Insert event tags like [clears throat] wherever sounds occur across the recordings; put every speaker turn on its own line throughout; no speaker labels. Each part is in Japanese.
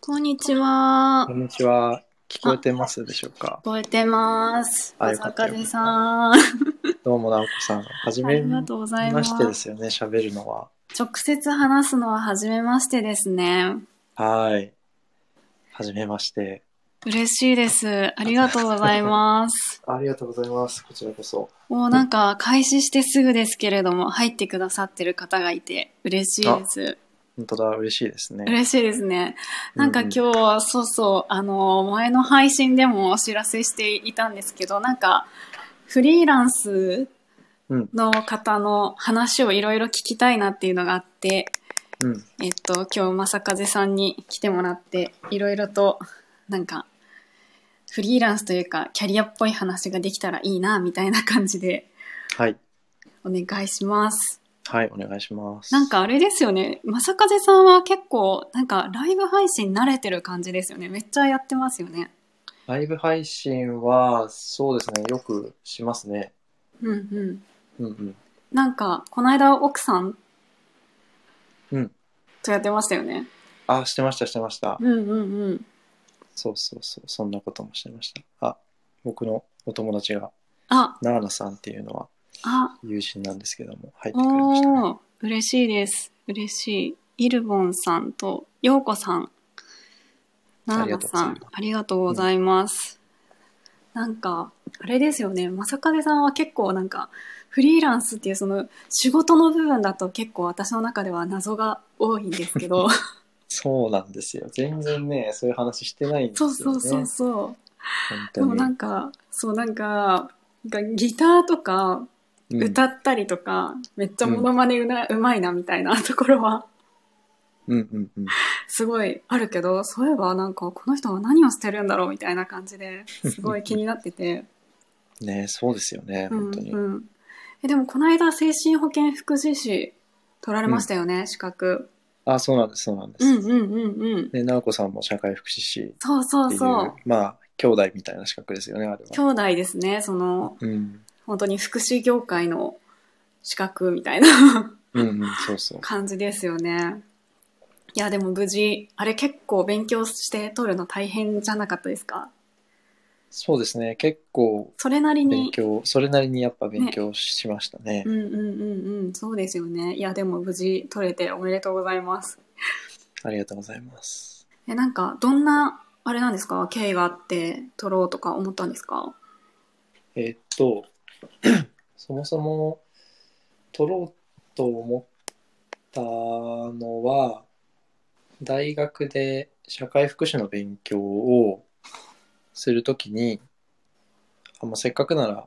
こんにちは。
こんにちは。聞こえてますでしょうか
聞。こえてます。
あ
小
よかった
坂でさん。あ
どうも、なおこさん。はじめ
り
ま
がとうございます
して。ですよね、喋るのは。
直接話すのは初めましてですね。
はい。はじめまして。
嬉しいです。ありがとうござい
[laughs]
ます。
ありがとうございます。こちらこそ。
もうなんか開始してすぐですけれども、入ってくださってる方がいて嬉しいです。
本当だ、嬉しいですね。
嬉しいですね。なんか
う
今日、そうそう、あの、前の配信でもお知らせしていたんですけど、なんか、フリーランス
うん
の方の話をいろいろ聞きたいなっていうのがあって、
うん、うん。
えっと、今日、正風さんに来てもらって、いろいろと、なんか、フリーランスというか、キャリアっぽい話ができたらいいな、みたいな感じで、
はい。
お願いします。
はい、お願いします。
なん、かあれですよね、正風さんは結構、なんか、ライブ配信慣れてる感じですよね。めっちゃやってますよね。
ライブ配信は、そうですね、よくしますね。
うんう
う
ん。
んうん。
なんか、この間、奥さん
うん
とやってましたよね。
あ、してました、してました。
うんうんうん。
そうそうそう、そんなこともしてました。あ、僕のお友達が、
あ、
ナーナさんっていうのは
あ、
友人なんですけども、入ってくれましたね。
おー、嬉しいです。嬉しい。イルボンさんと、ようこさん、ナーナさん、ありがとうございます。なんか、あれですよね、正風さんは結構なんか、フリーランスっていうその仕事の部分だと結構私の中では謎が多いんですけど、
そうなんですよ。全然ね、 [laughs] そういう話してないんです
そ
よ
う
ね。
そうそうそう。
本
でも
当
なん
に。
か、そうなんか、なんかギターとか
うん
歌ったりとか、めっちゃモノマネうな、うまいなみたいなところは
うんうんうん。
すごいあるけど、そういえばなんかこの人は何をしてるんだろうみたいな感じですごい気にな
[laughs]
ってて。
ねそうですよね、
うん
本当に。
うん、えでもこの間精神保健福祉士取られましたよね、資格。
あ、そうなんです、そうなんで
う
す。
んうんうんうん。
で、直子さんも社会福祉士っていう、
そうそうそう。
まあ、兄弟みたいな資格ですよね、あれ
兄
は。
弟ですね、その
うん。
本当に福祉業界の資格みたいな。 [laughs]
うんうん、そうそう。
感じですよね。いや、でも無事、あれ結構勉強して取るの大変じゃなかったですか
そうですね、結構
それなり
勉
に。
強、それなりにやっぱ勉強しましたね
う。んうんうんうん、そうですよね。いや、でも無事取れておめでとうございます。
ありがとうございます。
え、なんか、どんな、あれなんですか経緯があって取ろうとか思ったんですか
えーっと、 [clears throat] そもそも取ろうと思ったのは、大学で社会福祉の勉強をするときに、あまあ、せっかくなら、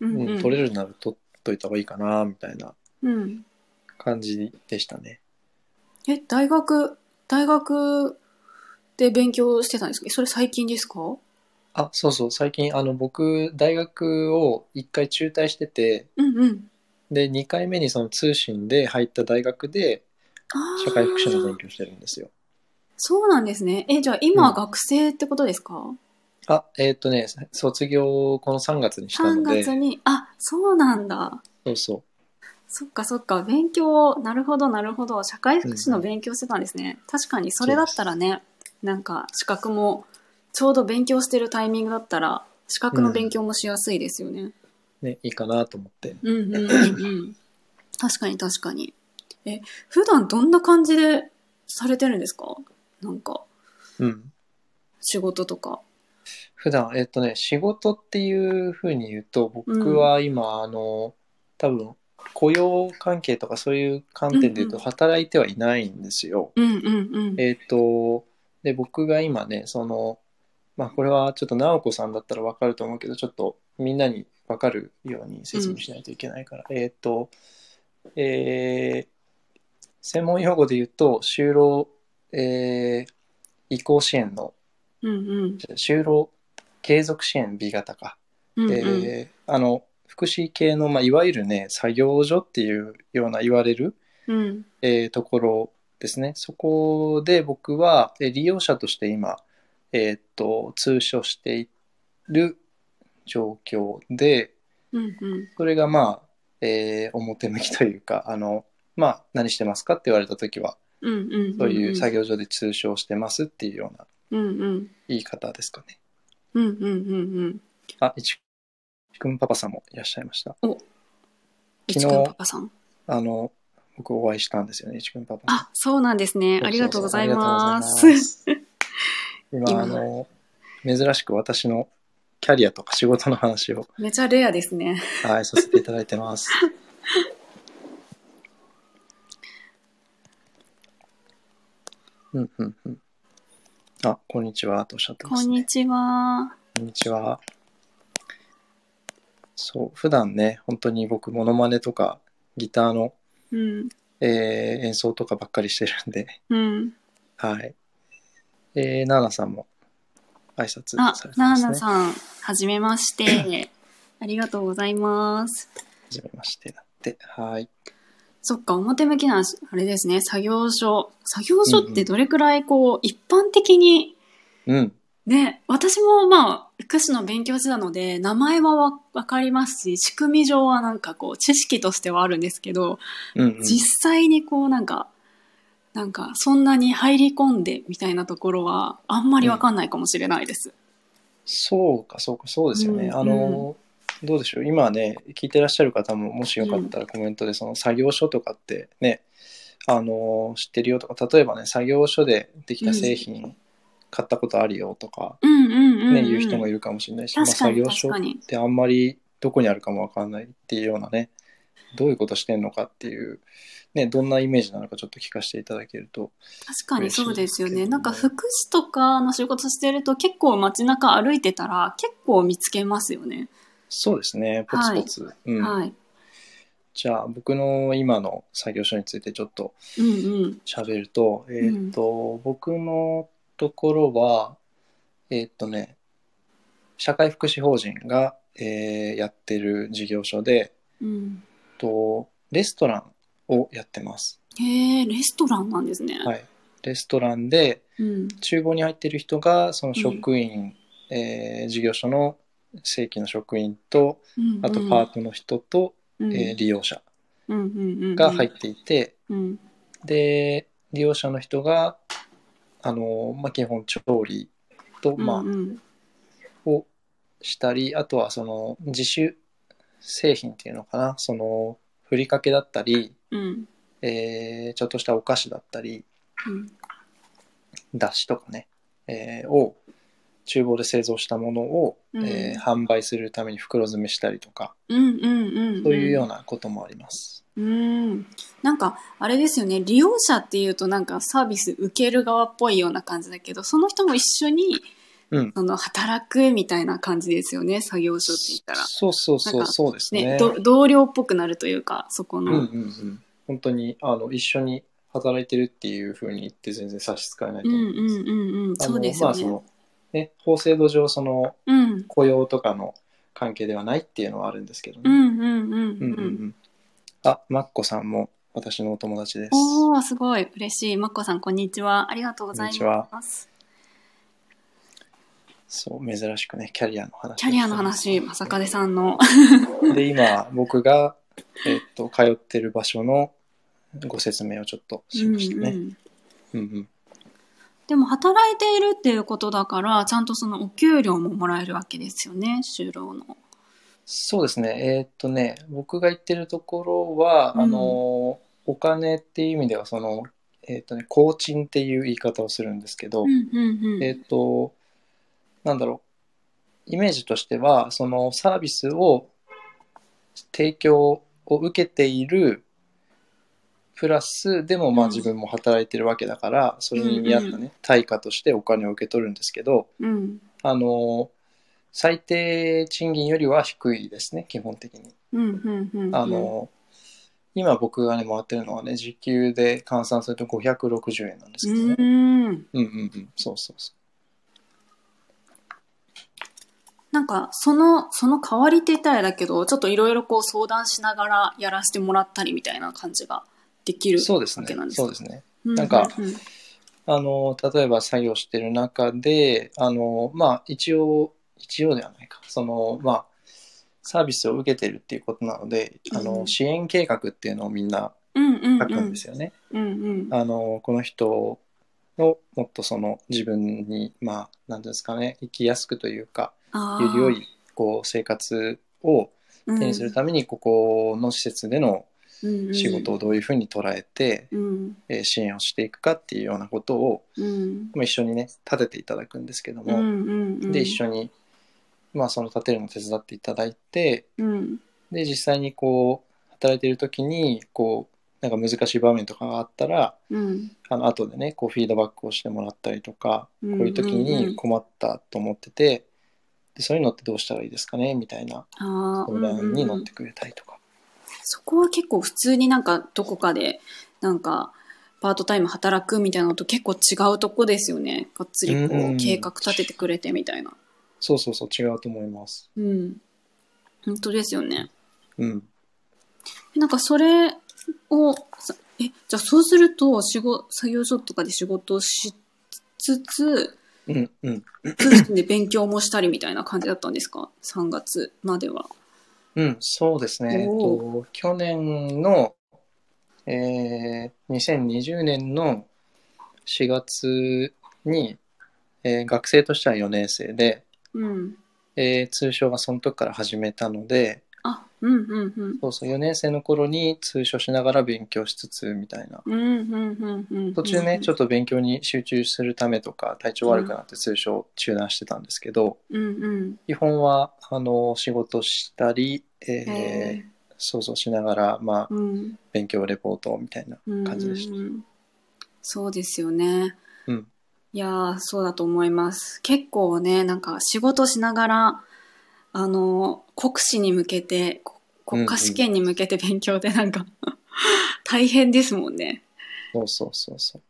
う
うん
ん、うん。
取れるなら取っといた方がいいかな、みたいな
うん。
感じでしたね。
え、大学、大学で勉強してたんですかそれ最近ですかう
あ、そうそう、最近、あの、僕、大学を一回中退してて、
んうん。
で、二回目にその通信で入った大学で
ああ。
社会福祉の勉強してるんですよ。
そうなんですね。え、じゃあ今
うん
学生ってことですか、
あ、えーっとね、卒業をこの3月にした
3
ので、
月に、あ、そうなんだ。
そうそ
そっかそっか。勉強を、なるほどなるほど。社会福祉の勉強してたんですね。確かに、それだったらね、なんか資格も、ちょうど勉強してるタイミングだったら、資格の勉強もしやすいですよね。
う、ね、いいかなと思って。
うんうんうんうん。
[laughs]
確かに確かに。え、普段どんな感じでされてるんですかなんか、
うん。
仕事とか。
普段、えーっとね、仕事っていうふうに言うと、僕は今、あの、多分、雇用関係とかそういう観点で言うと、
うん
働いてはいないんですよ。
うんうんうん。
えーっと、で、僕が今ね、その、まあ、これはちょっと直子さんだったらわかると思うけど、ちょっとみんなにわかるように説明しないといけないから、えーっと、えー専門用語で言うと、就労、えー移行支援の、
うんうん。
就労継続支援 B 型か。
うん
え
うん。
ーあの、福祉系の、まあ、いわゆるね、作業所っていうような言われる、
うん。
えーところですね。そこで僕は、えー利用者として今、えーっと、通所している状況で、
うんうん。
それがまあ、えー表向きというか、あの、まあ、何してますかって言われたときは、
うんうんうんん。
そういう作業所で通称してますっていうような
うんうん。
言い方ですかね。
うんうんうんうん。
あ、いちくんパパさんもいらっしゃいました。
いちくんパパさん。
あの、僕お会いしたんですよね、いちくんパパさん。
あ、そうなんですね。ありがとうございま
あり
す。
がとうございます。今、
今
あの、珍しく私のキャリアとか仕事の話を、
めちゃレアですね。
はい、させていただいて [laughs] ます。うんうんうん。あ、こんにちは、とおっしゃってま
こ
す
ん
ね
に。ちは。
こんにちは。そう、普段ね、本当に僕、モノマネとか、ギターの、
うん。
えー演奏とかばっかりしてるんで、 [laughs]
うん。
はい。えー、ナーナさんも挨拶
あ
され、てま
ナ
す
ー
ね。
ナ
ん。
さん、はじめま [clears throat] して。ありがとうございます。
はじめましてだって。はい。
そっか、表向きな、あれですね、作業所。作業所ってどれくらい、こう、一般的に、
うん。
ね、私もまあ、福祉の勉強してたので、名前はわわかりますし、仕組み上はなんかこう、知識としてはあるんですけど、
うん、うん。
実際にこう、なんか、なんか、そんなに入り込んでみたいなところは、あんまりわかんないかもしれないです。
そうか、そうか、そうですよね。
うん
あの、どうでしょう。今ね、聞いてらっしゃる方も、もしよかったらコメントで、その作業所とかってね、あの、知ってるよとか、例えばね、作業所でできた製品買ったことあるよとか、
うん、うん、うん。
ね、言う人も
いる。
いるかもしれないし、まあ
確か
作
に、
業
確
所
かに
っ。てあんまりどこにあるかもわかんないっていうようなね、どういうことしてんのかっていう、ね、どんなイメージなのかちょっと聞かせていただけると。
確かにそうですよ
嬉しいですけど
ね。
ね
なんか福祉とかの仕事してると結構街中歩いてたら結構見つけますよね。
そうですね、ポツポツ。うん
はい。
じゃあ、僕の今の作業所についてちょっと
うんうん。
喋ると、えーっと、僕のところは、えーっとね、社会福祉法人が、えーやってる事業所で、
うん、
とレストランをやってます。
へえ、レストランなんですね。
はい。レストランで、
うん。
厨房に入ってる人がその職員、えー事業所の正規の職員と
うん
あとパートの人と、
うん
えー利用者
うんうんうん
が入っていて、
うん
で利用者の人があの、まあ、基本調理と、まあ
うんうん
をしたりあとはその自主製品っていうのかなそのふりかけだったり、
うん
えーちょっとしたお菓子だったり
うん
だしとかね、えーを厨房で製造したものを、
うん
えー販売するために袋詰めしたりとか
うんうんうんん
そういうようなこともあります。
うんなんかあれですよね利用者っていうとなんかサービス受ける側っぽいような感じだけどその人も一緒に
うん
その働くみたいな感じですよね作業所って言ったら。
そうそう
な
そ
ん
う
か
そうですね
ね、ど同僚っぽくなるというかそこ
うんうんう
の。
ん、本当にあの一緒に働いてるっていうふうに言って全然差し支えないと
うん
思
う
います。
んうん
あ
うん
の
そうです
ま
よ
あそ
ね。
のね法制度上その
うん
雇用とかの関係ではないっていうのはあるんですけど
う
ね。
んうんうん
うんうんう
うん。
んあマッコさんも私のお友達です。
おおすごい嬉しい。まっこさんこんにちはありがとうござい
こんに
ます。
そう珍しくねキャリアの話。
キャリアの話まさかでさんの。
で今僕が、えっと通ってる場所のご説明をちょっとしました
うんう
ね。う
ん
んうん
でも働いているっていうことだからちゃんとそのお給料ももらえるわけですよね就労の。
そうですねえーっとね僕が行ってるところは、
うん
あのお金っていう意味ではそのえーっとね工賃っていう言い方をするんですけど、
うんうんうん
えーっとなんだろうイメージとしてはそのサービスを提供を受けているプラスでもまあ
うん
自分も働いてるわけだから、それに見合ったね、
うん
対価としてお金を受け取るんですけど
うん
あの最低賃金よりは低いですね基本的に。
うんうんうんうん
あの今僕がね回ってるのはね時給で換算すると560円なんですけ
う
どね。
ん
うんうんうんそうそうそう。
なんか、その、その代わりって言ったらあれだけど、ちょっといろいろこう相談しながらやらせてもらったりみたいな感じができる
そうです
わけ
ね
なん。です
そう
か
ですね。
う
なんか
うん
あの例えば作業してる中であのまあ一応一応ではないかそのまあサービスを受けてるっていうことなのであの、
うん
支援計画っていうのをみんな
うんうん
書
う
くん
ん
ですよね。
うんうん
あのこの人のもっとその自分にまあ何ですかね生きやすくというか
あ
よ
ー
り良いこう生活を手にするためにここの施設での
うん
仕事をどういうふうに捉えて、
うん
えー支援をしていくかっていうようなことを
うん
まあ一緒にね立てていただくんですけど
うんう
も、
んうん
で一緒に、まあ、その立てるのを手伝っていただいて
うん
で実際にこう働いている時にこうなんか難しい場面とかがあったら
うん
あの後でねこうフィードバックをしてもらったりとか、
うん
こういう時
うんう
に
ん
困ったと思っててでそういうのってどうしたらいいですかねみたいな
あー
相談に乗ってくれたりとか。
そこは結構普通になんかどこかでなんかパートタイム働くみたいなのと結構違うとこですよねがっつり
うんう
こ
ん
う計画立ててくれてみたいな
そうそうそう違うと思います。
うん本当ですよね
うん。
なんかそれをさえじゃあそうすると仕事作業所とかで仕事をしつ
[clears throat]
つ
うんうん。
通信で勉強もしたりみたいな感じだったんですか3月までは
うん、そうですね。えっ
お
と、去年の、えー、2020年の4月に、えー学生としては4年生で、
うん
えー通称がその時から始めたので、
あうんうんうん
そうそう、4年生の頃に通所しながら勉強しつつみたいな。
うんうんうんうん
途中ね、ちょ
ょっ
っと勉強に集中するためとか、体調悪くなって通所中断してたんですけど、
とうんうん
基本は、あの、仕事したり、えー
へ
そうそうしながら、まあ
ー、うん
勉強レポートみたいな感じでした。
うんうんうんそうですよね。
うん
いやーそうだと思います。結構ね、なんか仕事しながら、あの、国試に向けて、こ国家試験に向けて勉強でなんか、 [laughs] 大変ですもんね。
そうそうそうそう。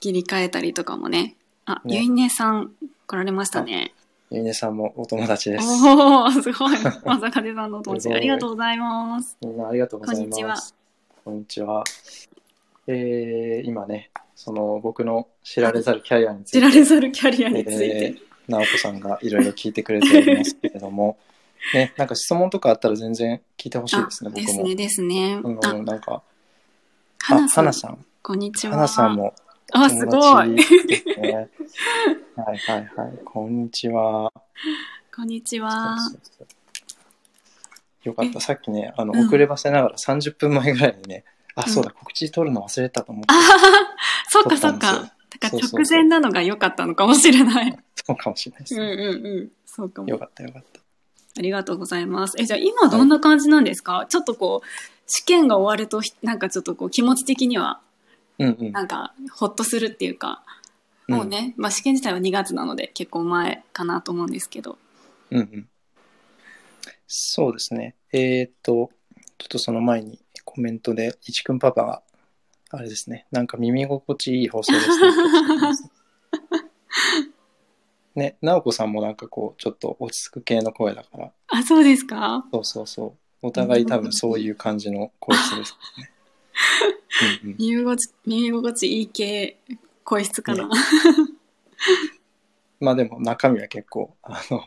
切り替えたりとかもね。あ、
ね
ゆいねさん来られましたね。
ゆいねさんもお友達です。
おおーすご
[laughs]
い。まさかでさんのお友
す
達。
ごい
ありがとうございます。
みんなありがとうござい
こんにちは
ます。こんにちは。えー、今ね、その僕の知られざるキャリアについ
知
て、
られざるキャリアについ
え
て。
ー、直子さんがいろいろ聞いてくれておりますけれど
[laughs]
も、ね、なんか質問とかあったら全然聞いてほしい
あ
ですね、、
で
僕
す
も。
ね、ですね。
う
あ
ん、、なんか、
はな
あ
さん
花。さん、
こんにちは。
花さんも
あ、すごい。 [laughs]
ですね。はいはいはい、こんにちは。
こんにち
そう
は。
そうそうよかった。
え
さっきね、あの、
うん
遅ればせながら30分前ぐらいにね、あ、そうだ、告知取るの忘れたと思って
あ、ははそっかそ
撮
っ
ったんです
か。だから
そうそう
直
そう
前なのが良かったのかもしれない。
そうかもしれないです
うん
ね。
うんうん。そうか
よ
も。
かったよかった。
ありがとうございます。え、じゃあ今どんな感じなんですか、ちょっとこう、試験が終わると、ひなんかちょっとこう、気持ち的には、
うんうん。
なんか、ほっとするっていうか、
うん
もう。ね、まあ試験自体は2月なので、結構前かなと思うんですけど。
うんうん。そうですね。えーっと、ちょっとその前にコメントで、いちくんパパが、あれですね、なんか耳心地いい放送です
[laughs]
ね。ね、なおこさんもなんかこう、ちょっと落ち着く系の声だから、
あ、そうですか
そうそうそう。お互い多分そういう感じの声質
[laughs]
ですね。うんうん
耳心地、耳心地いい系、声質かな。
まあでも中身は結構、あの、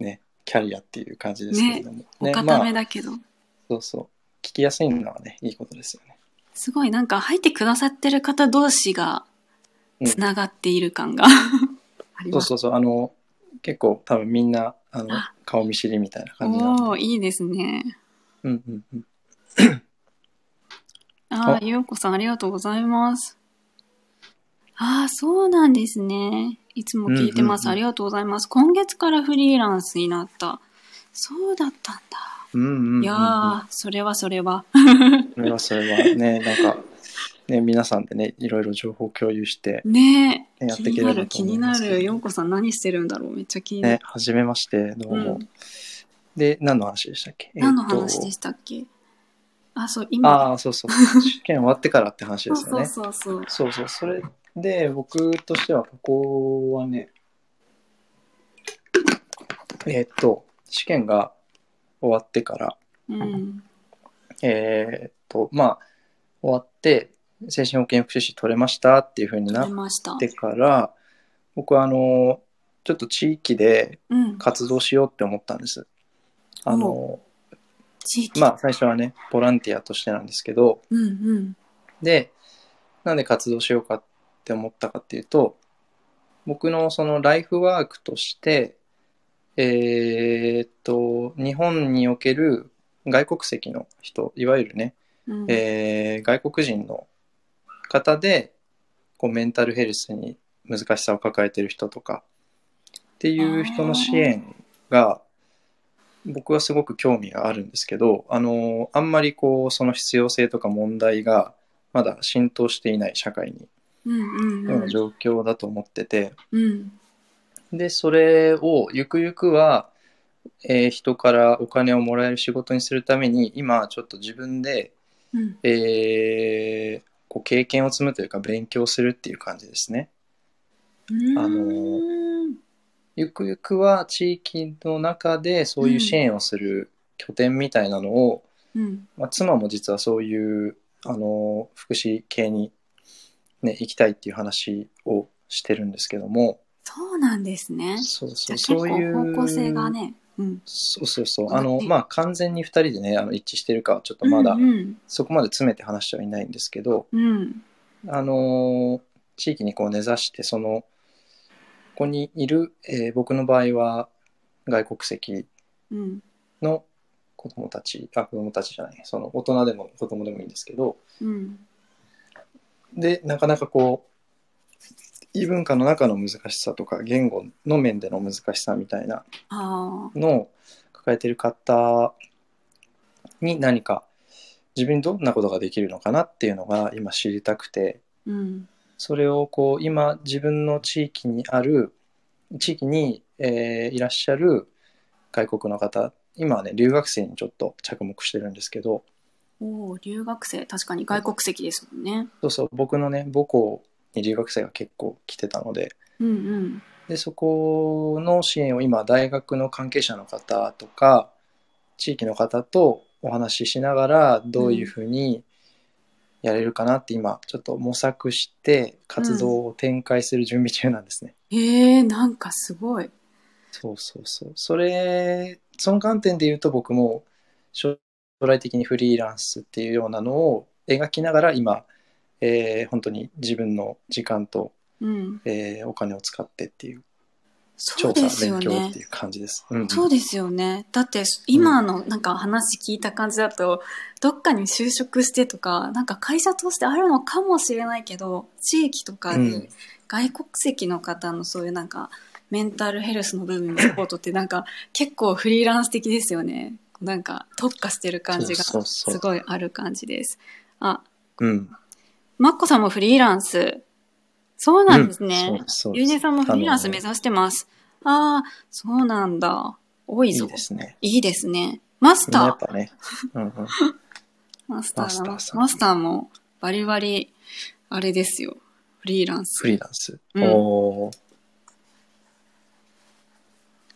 ね、キャリアっていう感じですけれども。
お
ね、
固
まあ
め、だけど。
そうそう。聞きやすいのはね、いいことですよね。
すごいなんか入ってくださってる方同士が
うん
つながっている
[laughs]
感があり
そう
ます。
そうそう。あの、結構多分みんな、あの
あ、
顔見知りみたいな感じなんで。
おおーいいですね。
うんうんうん。
ああ
あ
ゆうこさんありがとうございます。ああそうなんですね。いつも聞いてます、
うんうんうん
ありがとうございます。今月からフリーランスになった。そうだったんだ。
うんうんうんうん。
いやーそれはそ
[laughs]
れは。
それはそれはね、なんか、ね、皆さんでね、いろいろ情報共有して、
ねえ
ねやっ
気
てい
に
けれ
な
ば
る
と
気
思い
に
ま
な
すけど
る。ゆうこさん何してるんだろうめっちゃ気にな
ね
る。、
はじめまして、どう
う
も。
ん
で、何の話でしたっけ
何の
えーっと
話でしたっけ、あそう今
ああ、そうそう。試験終わってからって話ですよ
そう
ね。
そうそうそう。
そうそう。それで、僕としては、ここはね、えーっと、試験が終わってから、
うん。
えーっと、まあ、終わって、精神保健福祉士取れましたっていうふうにな
出
っ
ました。
てから、僕は、あの、ちょっと地域で
うん。
活動しようって思ったんです。あの、
地域。
まあ、最初はね、ボランティアとしてなんですけど、
うんうん。
で、なんで活動しようかって思ったかっていうと、僕のそのライフワークとして、えーっと、日本における外国籍の人、いわゆるね、
うん
えー外国人の方でこうメンタルヘルスに難しさを抱えてる人とかっていう人の支援が僕はすごく興味があるんですけど、あのあんまりこうその必要性とか問題がまだ浸透していない社会に
うんうん
よう
う
なん状況だと思ってて、
うん
でそれをゆくゆくは、えー人からお金をもらえる仕事にするために今ちょっと自分で
うん
えーこう経験を積むというか勉強するっていう感じですね。
うん
あのゆくゆくは地域の中でそういう支援をする拠点みたいなのを、
うん
まあ、妻も実はそういうあの福祉系に、ね、行きたいっていう話をしてるんですけども
そうなんですね。
そう
じ
そう
ゃあ結
そういう
構方向性がね。うん。
そうそうそう
上
あ
がっ
の
て
まあ完全に2人でねあの一致してるかはちょっとまだ、
うんうん
そこまで詰めて話してはいないんですけど、
うん。
あのー地域にこう根ざしてそのここにいる、えー僕の場合は外国籍
うん。
の子供たちあ子供たちじゃないその大人でも子供でもいいんですけど
うん。
でなかなかこう異文化の中の難しさとか言語の面での難しさみたいな
ああ。
のを抱えてる方に何か自分にどんなことができるのかなっていうのが今知りたくて。
うん。
それをこう今自分の地域にある地域に、えーいらっしゃる外国の方今はね留学生にちょっと着目してるんですけど
おお、留学生、確かに外国籍ですもんね。
そうそう僕のね母校に留学生が結構来てたので
うんうん。
でそこの支援を今大学の関係者の方とか地域の方とお話ししながらどういうふうにやれるかなって今ちょっと模索して活動を展開する準備中なんですね。
ええー、なんかすごい。
そうそうそう。それ、その観点で言うと僕も将来的にフリーランスっていうようなのを描きながら今、えー本当に自分の時間と、
うん。
えーお金を使ってっていう
そ
調
うで
査、
すよ
勉強っ
ね
て。いう感じです。うん、
そうですよね。だって、今のなんか話聞いた感じだと、どっかに就職してとか、なんか会社としてあるのかもしれないけど、地域とか
うん
に外国籍の方のそういうなんか、メンタルヘルスの部分のサポートってなんか、結構フリーランス的ですよね。なんか、特化してる感じが、
そうそうそう
すごいある感じです。あ、
うん。
マッコさんもフリーランス。そうなんですね。
うんそうそう
ゆうねさんもフリーランス目
あ
指してます。ああ、そうなんだ。多い
の
ぞ。
いいですね。
いいですね。マス
やっ
ター、
ぱね。うんうん、
マスタ
マス
ー
タ
だ
ーさん
マスターもバリバリ、あれですよ。フリーランス。
フリーランス。
うん
おー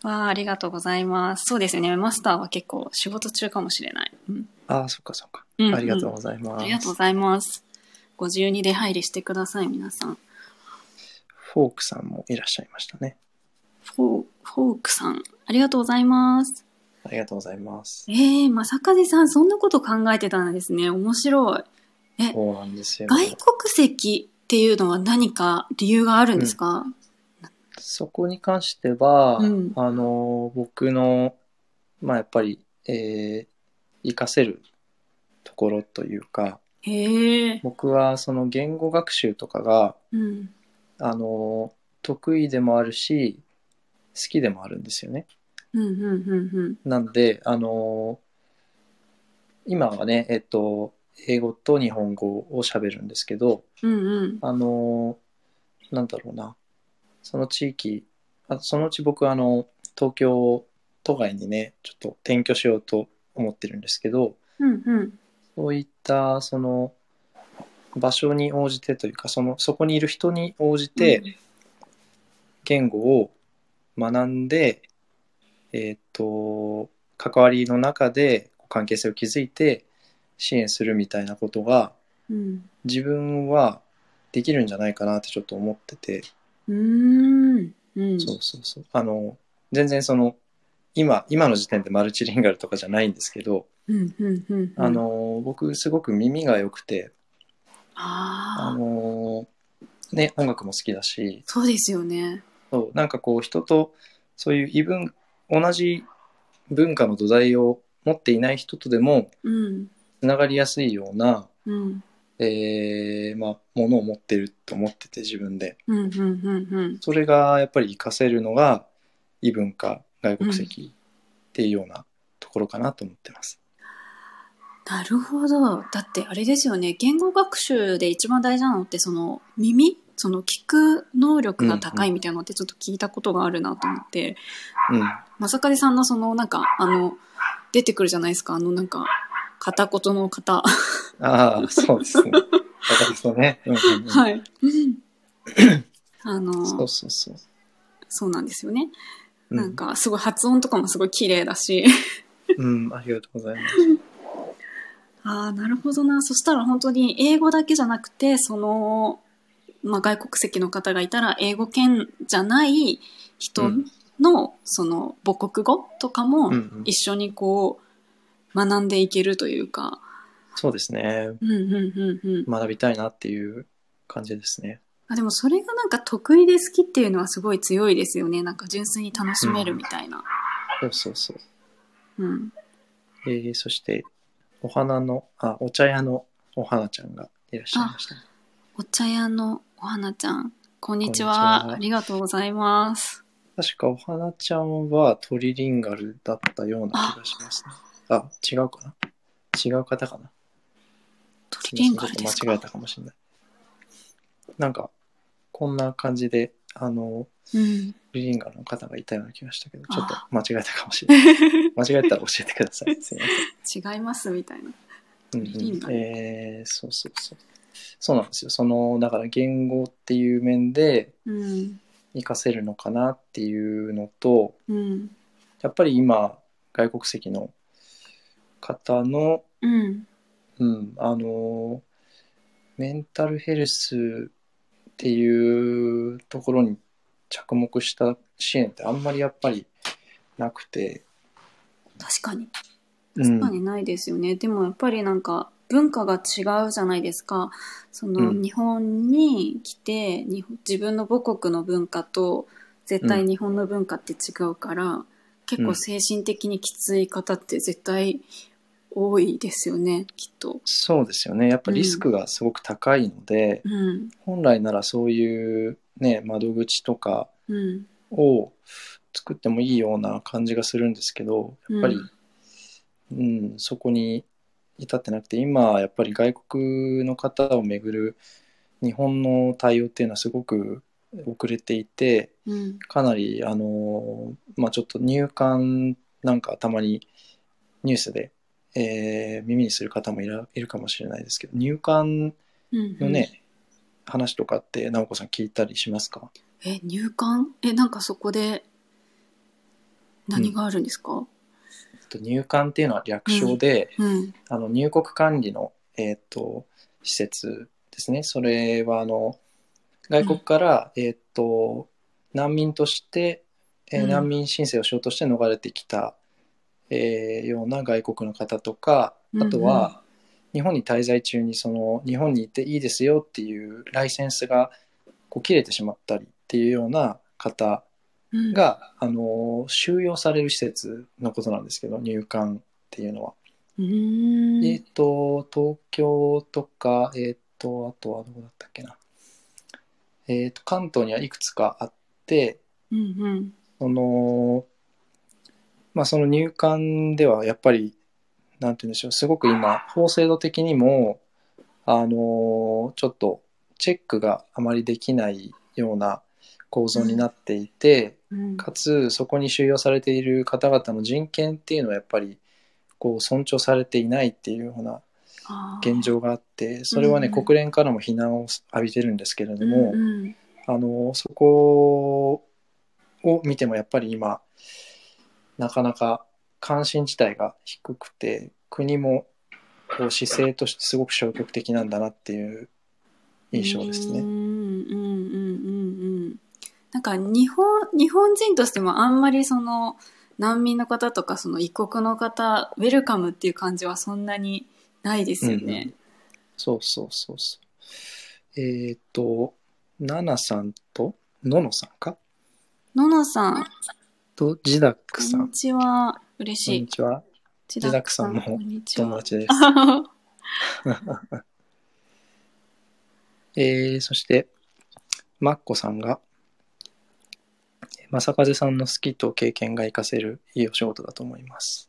わあ、ありがとうございます。そうですよね。マスターは結構仕事中かもしれない。うん。
ああ、そっかそっか。
うんうん
ありがとうございます。
ありがとうございます。ご自由に出入りしてください、皆さん。
フォークさんもいらっしゃいましたね。
フォー、フォークさん、ありがとうございます。
ありがとうございます。
ええー、まさかじさん、そんなこと考えてたんですね。面白い。 [laughs] え、
そうなんですよ。
外国籍っていうのは何か理由があるんですか、
そこに関しては、
うん
あの僕の、まあ、やっぱり、えー活かせるところというか
へえ。
僕はその言語学習とかが
うん。
あの得意でもあるし好きでもあるんですよね。
うんうんうんうん。
なんであの今はね、えっと、英語と日本語を喋るんですけど、
うんうん。
あのーなんだろうな、その地域、あそのうち僕、あの、東京都外にね、ちょっと転居しようと思ってるんですけど、
うんうん。
そういった、その、場所に応じてというか、その、そこにいる人に応じて、言語を学んで、えーっと、関わりの中で関係性を築いて支援するみたいなことが、
うん。
自分はできるんじゃないかなってちょっと思ってて、
うーん。うん。
そうそうそう。あの、全然その、今、今の時点でマルチリンガルとかじゃないんですけど、
うんうんうんうん。
あの、僕すごく耳が良くて、あ
ああ、
のーね、音楽も好きだし、
そうですよね。
そうなんかこう人とそういう異文同じ文化の土台を持っていない人とでも
うん、
つながりやすいような、
うん、
えーまあ、ものを持ってると思ってて自分で
うん、うん、うん、うん。
それがやっぱり活かせるのが異文化外国籍っていうようなところかなと思ってます。
なるほど。だってあれですよね。言語学習で一番大事なのって、その耳その聞く能力が高いみたいなのってちょっと聞いたことがあるなと思って、
うん
まさかりさんのそのなんか、あの、出てくるじゃないですか。あのなんか、片言の方。
ああそうですね。わかりそうね。うんうんうん
はい。 [laughs] あの、
そうそうそう。
そうなんですよね。
う
なんか、すごい発音とかもすごい綺麗だし。
うん、ありがとうございます。
[laughs] ああ、なるほどな。そしたら本当に英語だけじゃなくて、その、まあ、外国籍の方がいたら、英語圏じゃない人の、その、母国語とかも
うんうん
一緒にこう、学んでいけるというか。
そうですね。
うんうんうんうん。
学びたいなっていう感じですね。
あでもそれがなんか得意で好きっていうのはすごい強いですよね。なんか純粋に楽しめるみたいな。
そうそうそう。
うん。
えー、そして、お花の、あ、お茶屋のお花ちゃんがいらっしゃいましたね。
お茶屋のお花ちゃん、こんにち
こんにち
は。
は
ありがとうございます。
確かお花ちゃんはトリリンガルだったような気がしますね。あ違うかな違う方かな
ト
す
リ
み
リン
ま
ガ
せんち
ルで
ょっ
す
と間違え
か
たかもしれない。なんか、こんな感じで、あの、
うん。
トリリンガルの方がいたような気がしたけど、
あ
ちょっと間違えたかもしれない。
[laughs]
間違えたら教えてください。すいません。
違いますみたいな。 [laughs]
うんう、
いいなん
えー、そうそうそう。そうなんですよ。その、だから言語っていう面で
うん。
活かせるのかなっていうのと、
うん。
やっぱり今、外国籍の方の、
うん。
うん、あの、メンタルヘルスっていうところに着目した支援ってあんまりやっぱりなくて、
確かに。
う
確
ん、
かにないですよね。でもやっぱりなんか文化が違うじゃないですか。その、
うん
日本に来て日本自分の母国の文化と絶対日本の文化って違うから、結構精神的にきつい方って絶対多いですよね、きっと。
そうですよね。やっぱリスクがすごく高いので、
うん。
本来ならそういう、ね、窓口とか
うん。
を作ってもいいような感じがするんですけどやっぱり、うんそこに至ってなくて今やっぱり外国の方をめぐる日本の対応っていうのはすごく遅れていて
うん。
かなりあの、まあ、ちょっと入管なんかたまにニュースで、えー耳にする方もいらいるかもしれないですけど入管
うん。
のね、話とかって直子さん聞いたりしますか
え、入管え、なんかそこで何があるんですか、
えっと入管っていうのは略称で、
うん、
あの入国管理の、えーっと施設ですねそれはあの外国から、えーっと難民として、えー
うん
難民申請をしようとして逃れてきた、えーような外国の方とかあとは、
うん
日本に滞在中にその日本にいていいですよっていうライセンスがこう切れてしまったりっていうような方
うん、
が、あの収容される施設のことなんですけど入管っていうのは。
うーん、
えっ、と東京とかえっ、とあとはどこだったっけな、えっと関東にはいくつかあって
うんうん
その,、まあ、その入管ではやっぱりなんて言うんでしょうすごく今法制度的にもあのちょっとチェックがあまりできないような構造になっていて。
うん、
かつそこに収容されている方々の人権っていうのはやっぱりこう尊重されていないっていうような
あー
現状があってそれはね、
うんうん
国連からも非難を浴びてるんですけれども、
うんうん
あのそこを見てもやっぱり今なかなか関心自体が低くて国もこう姿勢としてすごく消極的なんだなっていう印象です
うん
ね。
うんうんうんうん。なんか日本日本人としてもあんまりその難民の方とかその異国の方ウェルカムっていう感じはそんなにないですよね。
そうそうそうそう。えっ、と、ナナさんと、ののさんか
ののさん、
と、ジダック
こ
さ
んに
ん。
ちは。嬉
こん
し
にちは。
い。
ジダックさんも
こんにち
友
は。
達です。
[laughs]
えー、そして、マッコさんが、正風さんの好きと経験が活かせるいいお仕事だと思います。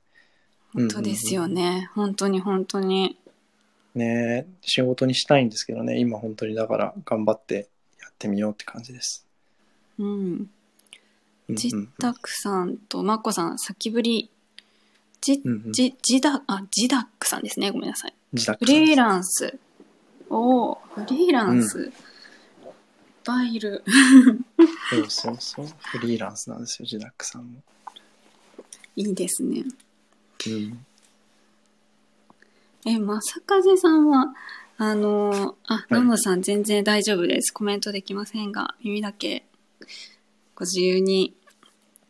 本当ですよね。本当に本当に。
ねえ仕事にしたいんですけどね、今本当にだから頑張ってやってみようって感じです。
うん。
うん
ジ
うん
ダックさんとマッコさん、先ぶり。ジ
うんうん、
ジジダあジダックさんですね。ごめんなさい。
自宅
フ
さん
リ
です
ーランス。おお、フリーランス。いっぱいいる。
そうそうそう。フリーランスなんですよ、ジダックさんも。
[laughs] いいですね。
うん、
え、まさかぜさんは、あのーあ、
い
ノムさん全然大丈夫です。コメントできませんが、耳だけご自由に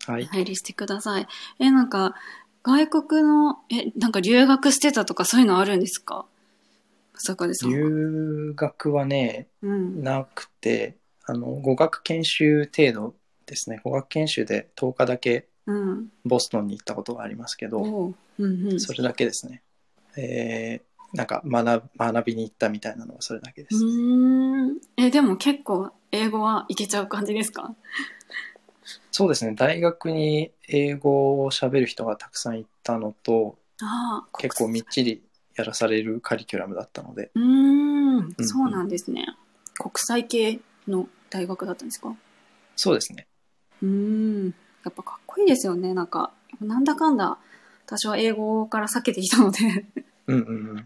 はい。
入りしてください。え、なんか、外国の、え、なんか留学してたとかそういうのあるんですかまさかぜさんは。
留学はね、
うん。
なくて、あの、語学研修程度ですね。語学研修で10日だけ
うん。
ボストンに行ったことがありますけど、
おう。うんうん。
それだけですね。えー、なんか学学びに行ったみたいなのはそれだけで
う
す。
ーん。え、でも結構英語はいけちゃう感じですか
そうですね。大学に英語を喋る人がたくさんいたのと、
ああ、
結構みっちりやらされるカリキュラムだったので、
うーん、
うん
そうなんですね。国際系の大学だったんですか
そうですね。
うーん。やっぱかっこいいですよね。なんか、なんだかんだ、私は英語から避けてきたので。
うんうんうん。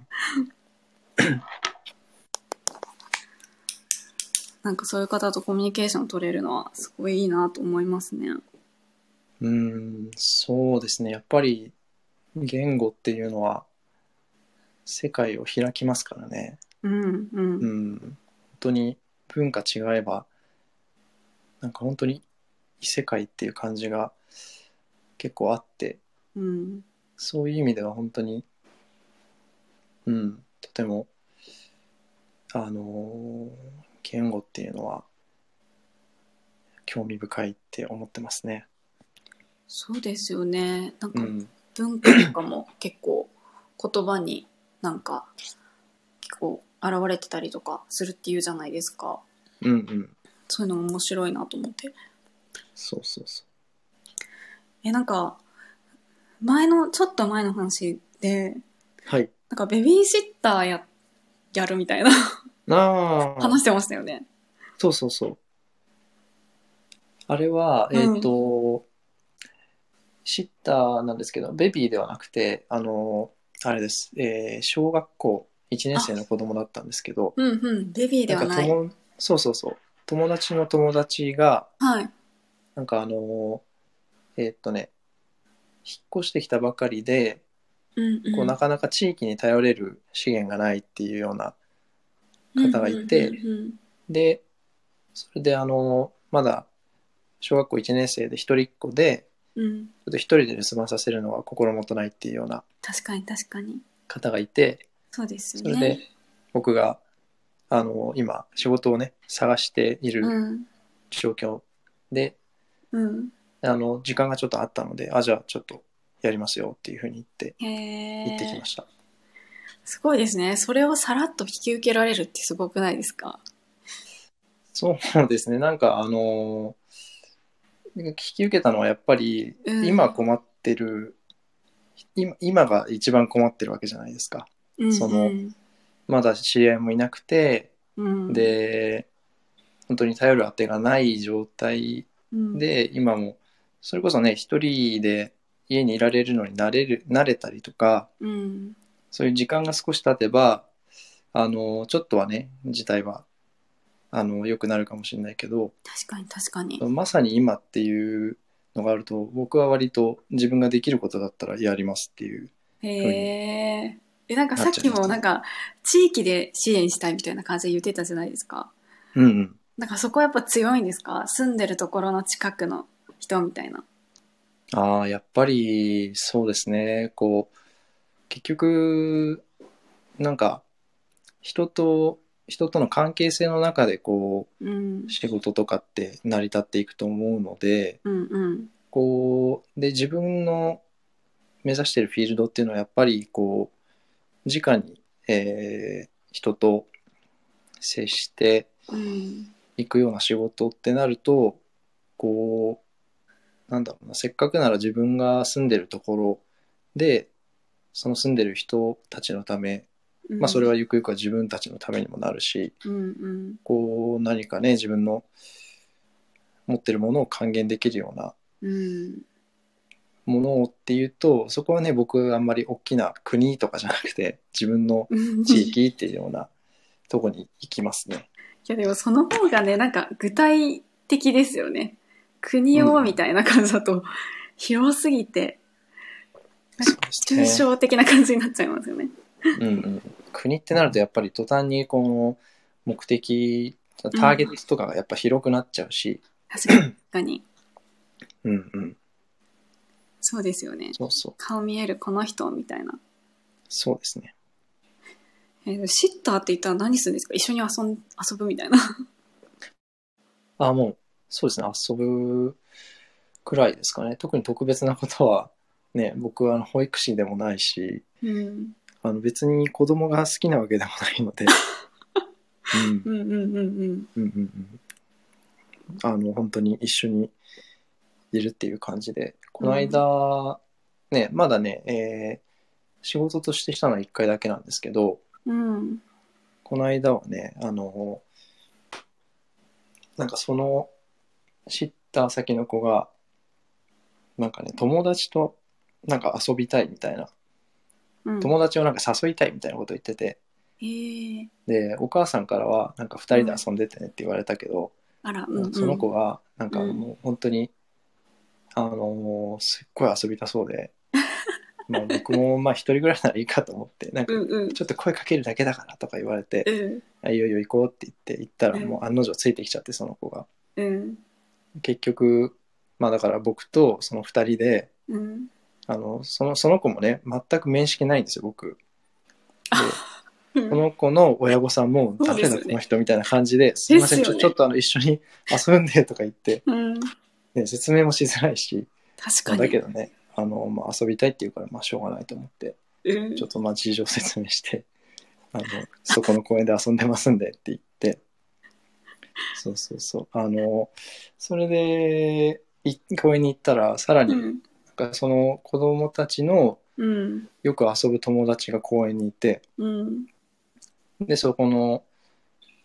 なんかそういう方とコミュニケーションを取れるのはすごいいいなと思いますね。
うーん、そうですね。やっぱり言語っていうのは世界を開きますからね。
うん、う。
うんん。本当に文化違えば、なんか本当に異世界っていう感じが結構あって、
うん。
そういう意味では本当に、うん、とても、あのー言語っていうのは興味深いって思ってますね。
そうですよね。なん
う
か
ん。
文化とかも結構言葉になんか結構現れてたりとかするっていうじゃないですか。
うんうん。
そういうのも面白いなと思って。
そうそうそ
え、なんか、前の、ちょっと前の話で、
う。はい。
なんかベビーシッターや、やるみたいな
ああ、
話してましたよね。
そうそうそう。あれは、
うん
えっ、と、シッターなんですけど、ベビーではなくて、あの、あれです、えー小学校1年生の子供だったんですけど、
うんうん、ベビーで
な
は
んか
ない。
友、そうそうそう、友達の友達が、
はい。
なんかあの、えっ、とね、引っ越してきたばかりで、
うんうん。
こうなかなか地域に頼れる資源がないっていうような方がいて
うんうんうん
で、それであの、まだ小学校1年生で一人っ子で、
うん、うん。
ちょっと一人で留守番させるのは心もとないっていうような
確かに確かに。
方がいて、
そうですよ
それ
ね。
で僕が、あの、今仕事をね、探していうる
ん。
状況で、
うん。
あの、時間がちょっとあったので、あ、じゃあちょっとやりますよっていうふうに言って、
へ
行ってき
え
ま。した。
すごいですね。それをさらっと引き受けられるってすごくないですか
そうですね、なんかあの、引き受けたのはやっぱり、
うん
今困ってる、今今が一番困ってるわけじゃないですか。
うんうん
そのまだ知り合いもいなくて、
うん、
で、本当に頼るあてがない状態
うん、
で、今も、それこそね、一人で家にいられるのに慣れる、慣れたりとか、
うん、
そういう時間が少し経てば、あの、ちょっとはね、事態は、あの、良くなるかもしれないけど、
確かに確かに。
まさに今っていうのがあると、僕は割と自分ができることだったらやりますっていう。
へえ。え、なんかさっき
なっちゃいま
も
す
なんか、地域で支援したいみたいな感じで言ってたじゃないですか。
うんうん。
なんかそこやっぱ強いんですか住んでるところの近くの人みたいな。
ああ、やっぱりそうですね。こう、結局、なんか、人と人との関係性の中でこ
うん
う仕事とかって成り立っていくと思うので
うんうん
こうで自分の目指してるフィールドっていうのはやっぱりこう直に、えー人と接して
うん
行くような仕事ってなるとこうなんだろうなせっかくなら自分が住んでるところでその住んでる人たちのため、
うん
まあ、それはゆくゆくは自分たちのためにもなるし
うんうん
こう何かね自分の持ってるものを還元できるような
うん
ものをっていうとそこはね僕あんまり大きな国とかじゃなくて自分の地
い
域っていうようなとこに行きますね。
やでもその方がねなんか具体的ですよね国を
うん
みたいな感じだと広すぎて
そう
抽
ですね
象的な感じになっちゃいますよね
うんうん、国ってなるとやっぱり途端にこの目的ターゲットとかがやっぱ広くなっちゃうし、
確かに
うんうん、
そうですよね
そうそう
顔見えるこの人みたいな、
そうですね
えーシッターって言ったら何するんですか一緒に遊ん遊ぶみたいな
あもうそうですね遊ぶくらいですかね特に特別なことはね僕はあの保育士でもないし
うん
あの別に子供が好きなわけでもないの [laughs] で、うん、
うんうんうん
う
うん
んうんうんあの本当に一緒にいるっていう感じでこの間、ねまだね、えー仕事としてしたのは1回だけなんですけど
うん
この間はねあのなんかその知った先の子がなんかね友達となんか遊びたいみたいな
うん
友達をなんか誘いたいみたいなこと言ってて
えー、
でお母さんからはなんか2人で遊んでてねって言われたけど、
あら、うんうん、
その子がなんか
うん
もう本当に、あのーすっごい遊びたそう
[laughs]
でまあ僕もまあ一人ぐらいならいいかと思ってなんか
うんうん
ちょっと声かけるだけだからとか言われて
うん
「あいいよいいよ行こう」って言って行ったら
うん
もう案の定ついてきちゃってその子が
うん
結局まあだから僕とその2人で
うん
あのそのその子もね全く面識ないんですよ僕
[laughs] うん
この子の親御さんも
そう
誰
です
だ
よね
この人みたいな感じで「すいません
です
ち
よ
ょ
ね
ちょっ [laughs] とあの一緒に遊んで」とか言って、
うん
ね、説明もしづらいし
確
ま
か
あ
に
だけどねあの、まあ、遊びたいっていうから、まあ、しょうがないと思って
うん
ちょっとまあ事情説明して [laughs] あのそこの公園で遊んでますんでって言ってそうそうそうあのそれでい公園に行ったらさら
う
になん
ん
かその子供たちの
うん
よく遊ぶ友達が公園にいて
うん
でそこの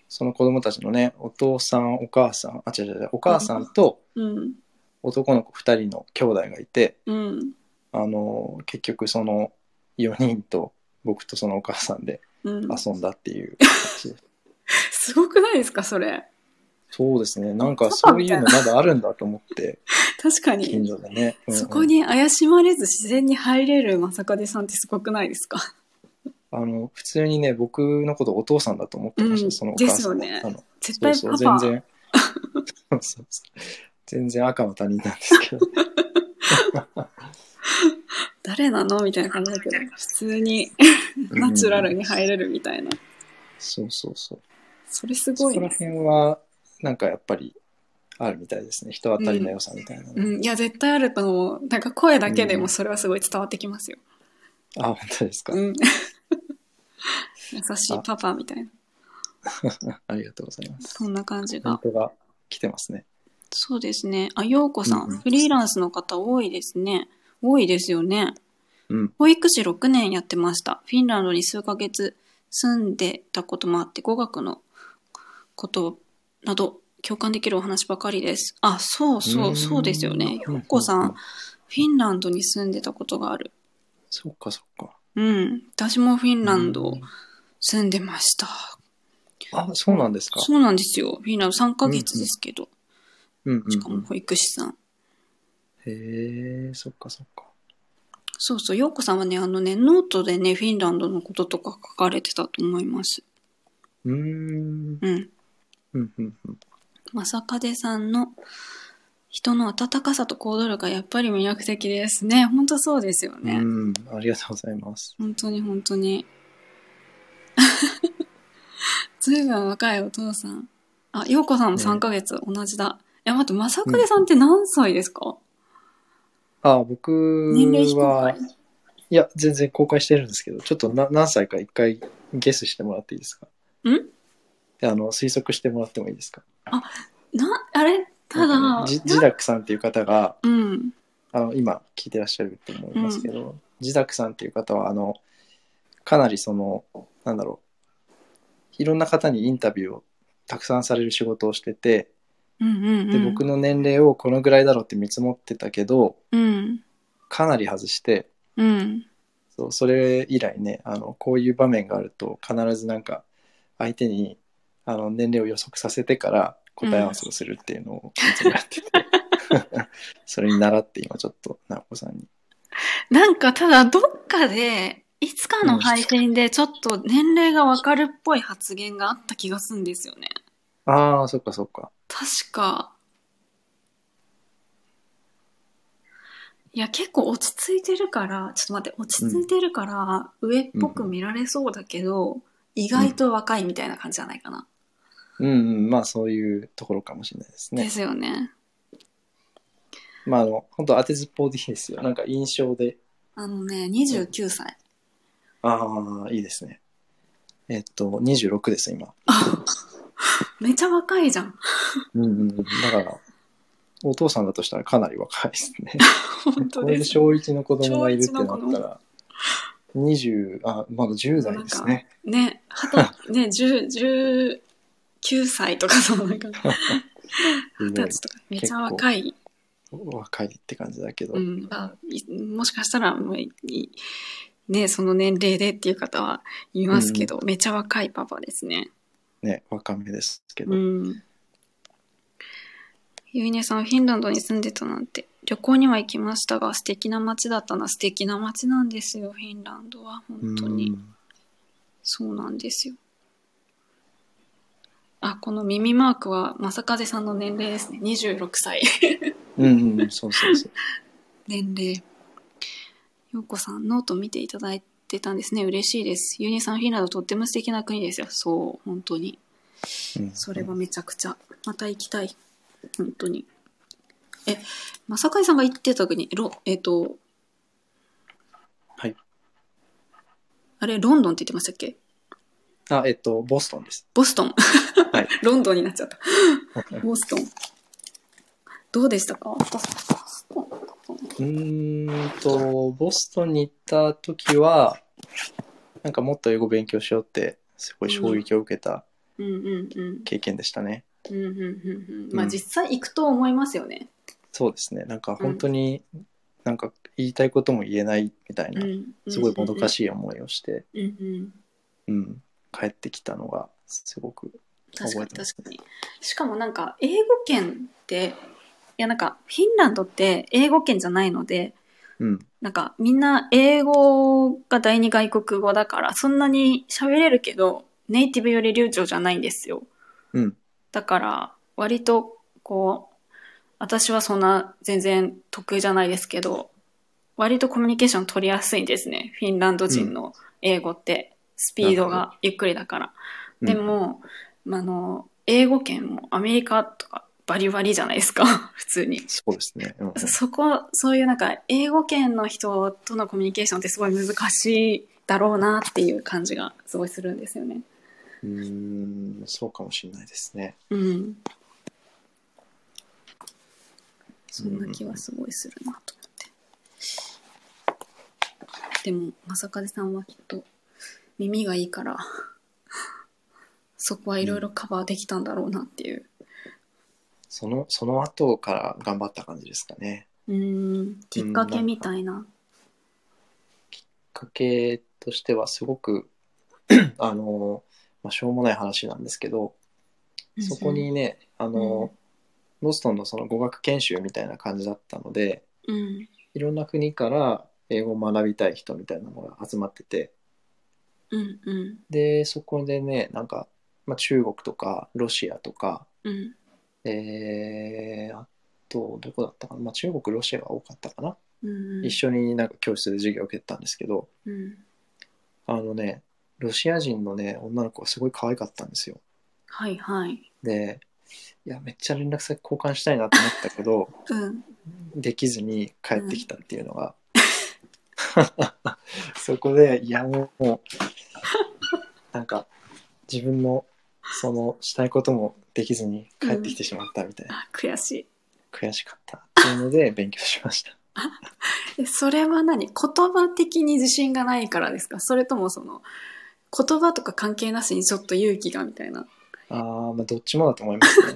その子供たちのねお父さんお母さんあ違う違う違うお母さんと
うん
男の子2人の兄弟がいて。
うん
あの結局その4人と僕とそのお母さんで
うん
遊んだって
[laughs]
いう、感じ
すごくないですかそれ
そうですねなんかそういうのまだあるんだと思って
確かに
近所でね、うんうん
そこに怪しまれず自然に入れるまさかでさんってすごくないですか
あの普通にね僕のことお父さんだと思ってました、
うん
そのお母さんは
ですよね
あの
絶
そう
対
そう
パ
全
パ。
然 [laughs] そうそうそう全然赤の他人なんですけど
誰なのみたいな感じだけど、普通に [laughs] ナチュラルに入れるみたいな。
そうそうそう
それす
そ
ごい
こら
ね。
辺はなんかやっぱりあるみたいですね人当たりの良さみたいなの、
うん、いや、絶対あると思う。なんか声だけでもそれはすごい伝わってきますよ。
あ本当ですか、
うん。優しいパパみたいな。
[laughs] ありがとうございます
そんな感じ
本
が。
当が来てますね。
そうですね。あ、ようこさん、
うんうん
フリーランスの方多いですね。多いですよね。
うん。
保育士6年やってました。フィンランドに数ヶ月住んでたこともあって、語学のことなど共感できるお話ばかりです。あ、そうそう、そうですよね。
うん
よっこさ
うん
ん、フィンランドに住んでたことがある。
そっかそっか。
うん。私もフィン
フ
ランド住んでました。
あ、そうなんですか。
そうなんですよ。フィンランド3ヶ月ですけど、
うんうん
しか
う
も
ん。
保育士さん。
へえ、そっかそっか。
そうそう、ようこさんはね、あのね、ノートでね、フィンランドのこととか書かれてたと思います。
うーん。
うん。
うんうんうん。
正門さんの人の温かさと行動力がやっぱり魅力的ですね。本当そうですよね。
うん。
[laughs]
ありがとうございます。
本当に本当に。ずいぶん若いお父さん。あ、ようこさんも3ヶ月、同じだ。いや、待って、まさかでさんって何歳ですか、
あ、僕
年齢非公
は
開、
いや、全然公開してるんですけど、ちょっとな何歳か一回ゲスしてもらっていいですか
ん
であの推測してもらってもいいですか
な、あれただ、
なんかねじジダクさんっていう方が、
うん。
あの今聞いてらっしゃると思いますけど、自宅さんっていう方はあのかなりそのなんだろういろんな方にインタビューをたくさんされる仕事をしてて
うんうん
で
うん。
僕の年齢をこのぐらいだろうって見積もってたけど
うん。
かなり外して
うん。
そうそれ以来ねあのこういう場面があると必ずなんか相手にあの年齢を予測させてから答え合わせをするっていうのをいつもやってて、
[laughs]
[laughs] それに習って今ちょっと直子さんに
なんか、ただ、どっかで、いつかの配信でちょっと年齢がわかるっぽい発言があった気がするんですよね。
ああそっかそっか
確か。いや、結構落ち着いてるから、ちょっと待って、落ち着いてるから、上っぽく見られそうだけど、意外と若いみたいな感じじゃないかな。
うんうん、まあそういうところかもしれないです
で
ね。
すよね。
まああの、本当当てずっぽうでいいですよ。なんか印象で、
あのね、29歳。
ああ、いいですね。えっと、26です、今。
めちゃ若いじゃん。 [laughs]
うんうんうん。だから、お父さんだとしたらかなり若いですね。
本当
これ
で。
です小1の子供がいるってな
小一
っ
の
た
子
ら、20、あ、まだ10代ですね。
ね、はた、ね、10 19歳とか、そのなんか、
す
二
ご
十
い
歳とか、めちゃ若い。
若いって感じだけど、
うん、まあ、いもしかしたらもういいね、その年齢でっていう方はいますけど、めちゃ若いパパですね。
ね、若めですけど。
うん。ゆいねさん、フィンランドに住んでたなんて、旅行には行きましたが、素敵な街だったな、素敵な街なんですよ、フィンランドは、本当に。
うん
そうなんですよ。あ、この耳マークは、正風さんの年齢ですね。26歳。
うんうん、そうそうそう。
年齢。ようこさん、ノート見ていただいてたんですね。嬉しいです。ユニさん、フィンランドとっても素敵な国ですよ。そう、本当に。
うん
それはめちゃくちゃ。また行きたい。本当に。え、正海さんが行ってた国、ロ、えっ、と、
はい。
あれ、ロンドンって言ってましたっけ
あ、えっと、ボストンです。
ボストン。
はい。
[laughs] ロンドンになっちゃった。ボストン。どうでしたか
うーんと、ボストンに行った時は、なんかもっと英語勉強しようって、すごい衝撃を受けた
うんうんうん。
経験でしたね。
うんうんうんうん。まあ実際行くと思いますよね。
そうですね。なんか本当に、なんか言いたいことも言えないみたいな、
うん。
すごいもどか
し
しい思いをして、
い。うん
う
うん。
ん、帰ってきたのが、すごく、
確
覚
か
え
に
てます
確かに。しかもなんか英語圏って、いやなんかフィンランドって英語圏じゃないので、
うん、
なんかみんな英語が第二外国語だからそんなに喋れるけどネイティブより流暢じゃないんですよ。
うん、
だから割とこう私はそんな全然得意じゃないですけど割とコミュニケーション取りやすいんですねフィンランド人の英語って、スピードがゆっくりだから、
うん
でも、まああの英語圏もアメリカとかバリバリじゃないですか [laughs] 普通に
そうですね。うん、
そこそういうなんか英語圏の人とのコミュニケーションってすごい難しいだろうなっていう感じがすごいするんですよね
うーん、そうかもしれないですね。
うん。そんな気はすごいするなと思って。でも、正風さんはきっと耳がいいから、そこはいろいろカバーできたんだろうなっていう。
その、その後から頑張った感じですかね。
うーん、きっかけみたいな。
きっかけとしてはすごく [clears throat] あの、まあ、しょうもない話なんですけどそこにねあの、ボストンのその語学研修みたいな感じだったので
うん。
いろんな国から英語を学びたい人みたいなのが集まってて
うん、うん、
でそこでねなんか、まあ、中国とかロシアとか、
うん、
えーあとどこだったかな、まあ、中国ロシアが多かったかな、
うん。
一緒になんか教室で授業を受けてたんですけど
うん。
あのねロシア人のね、女の子がすごい可愛かったんですよ。
はいはい。
で、いや、めっちゃ連絡先交換したいなと思ったけど、
うん。
できずに帰ってきたっていうのが、 [laughs] そこで、いや、もう、もうなんか、自分の、その、したいこともできずに帰ってきてしまったみたいな、
あ、悔しい。
悔しかったっていうので、勉強しました。
え、それは何言葉的に自信がないからですかそれともその、言葉とか関係なしにちょっと勇気がみたいな。
ああ、まあ、どっちもだと思います
[laughs]
ね。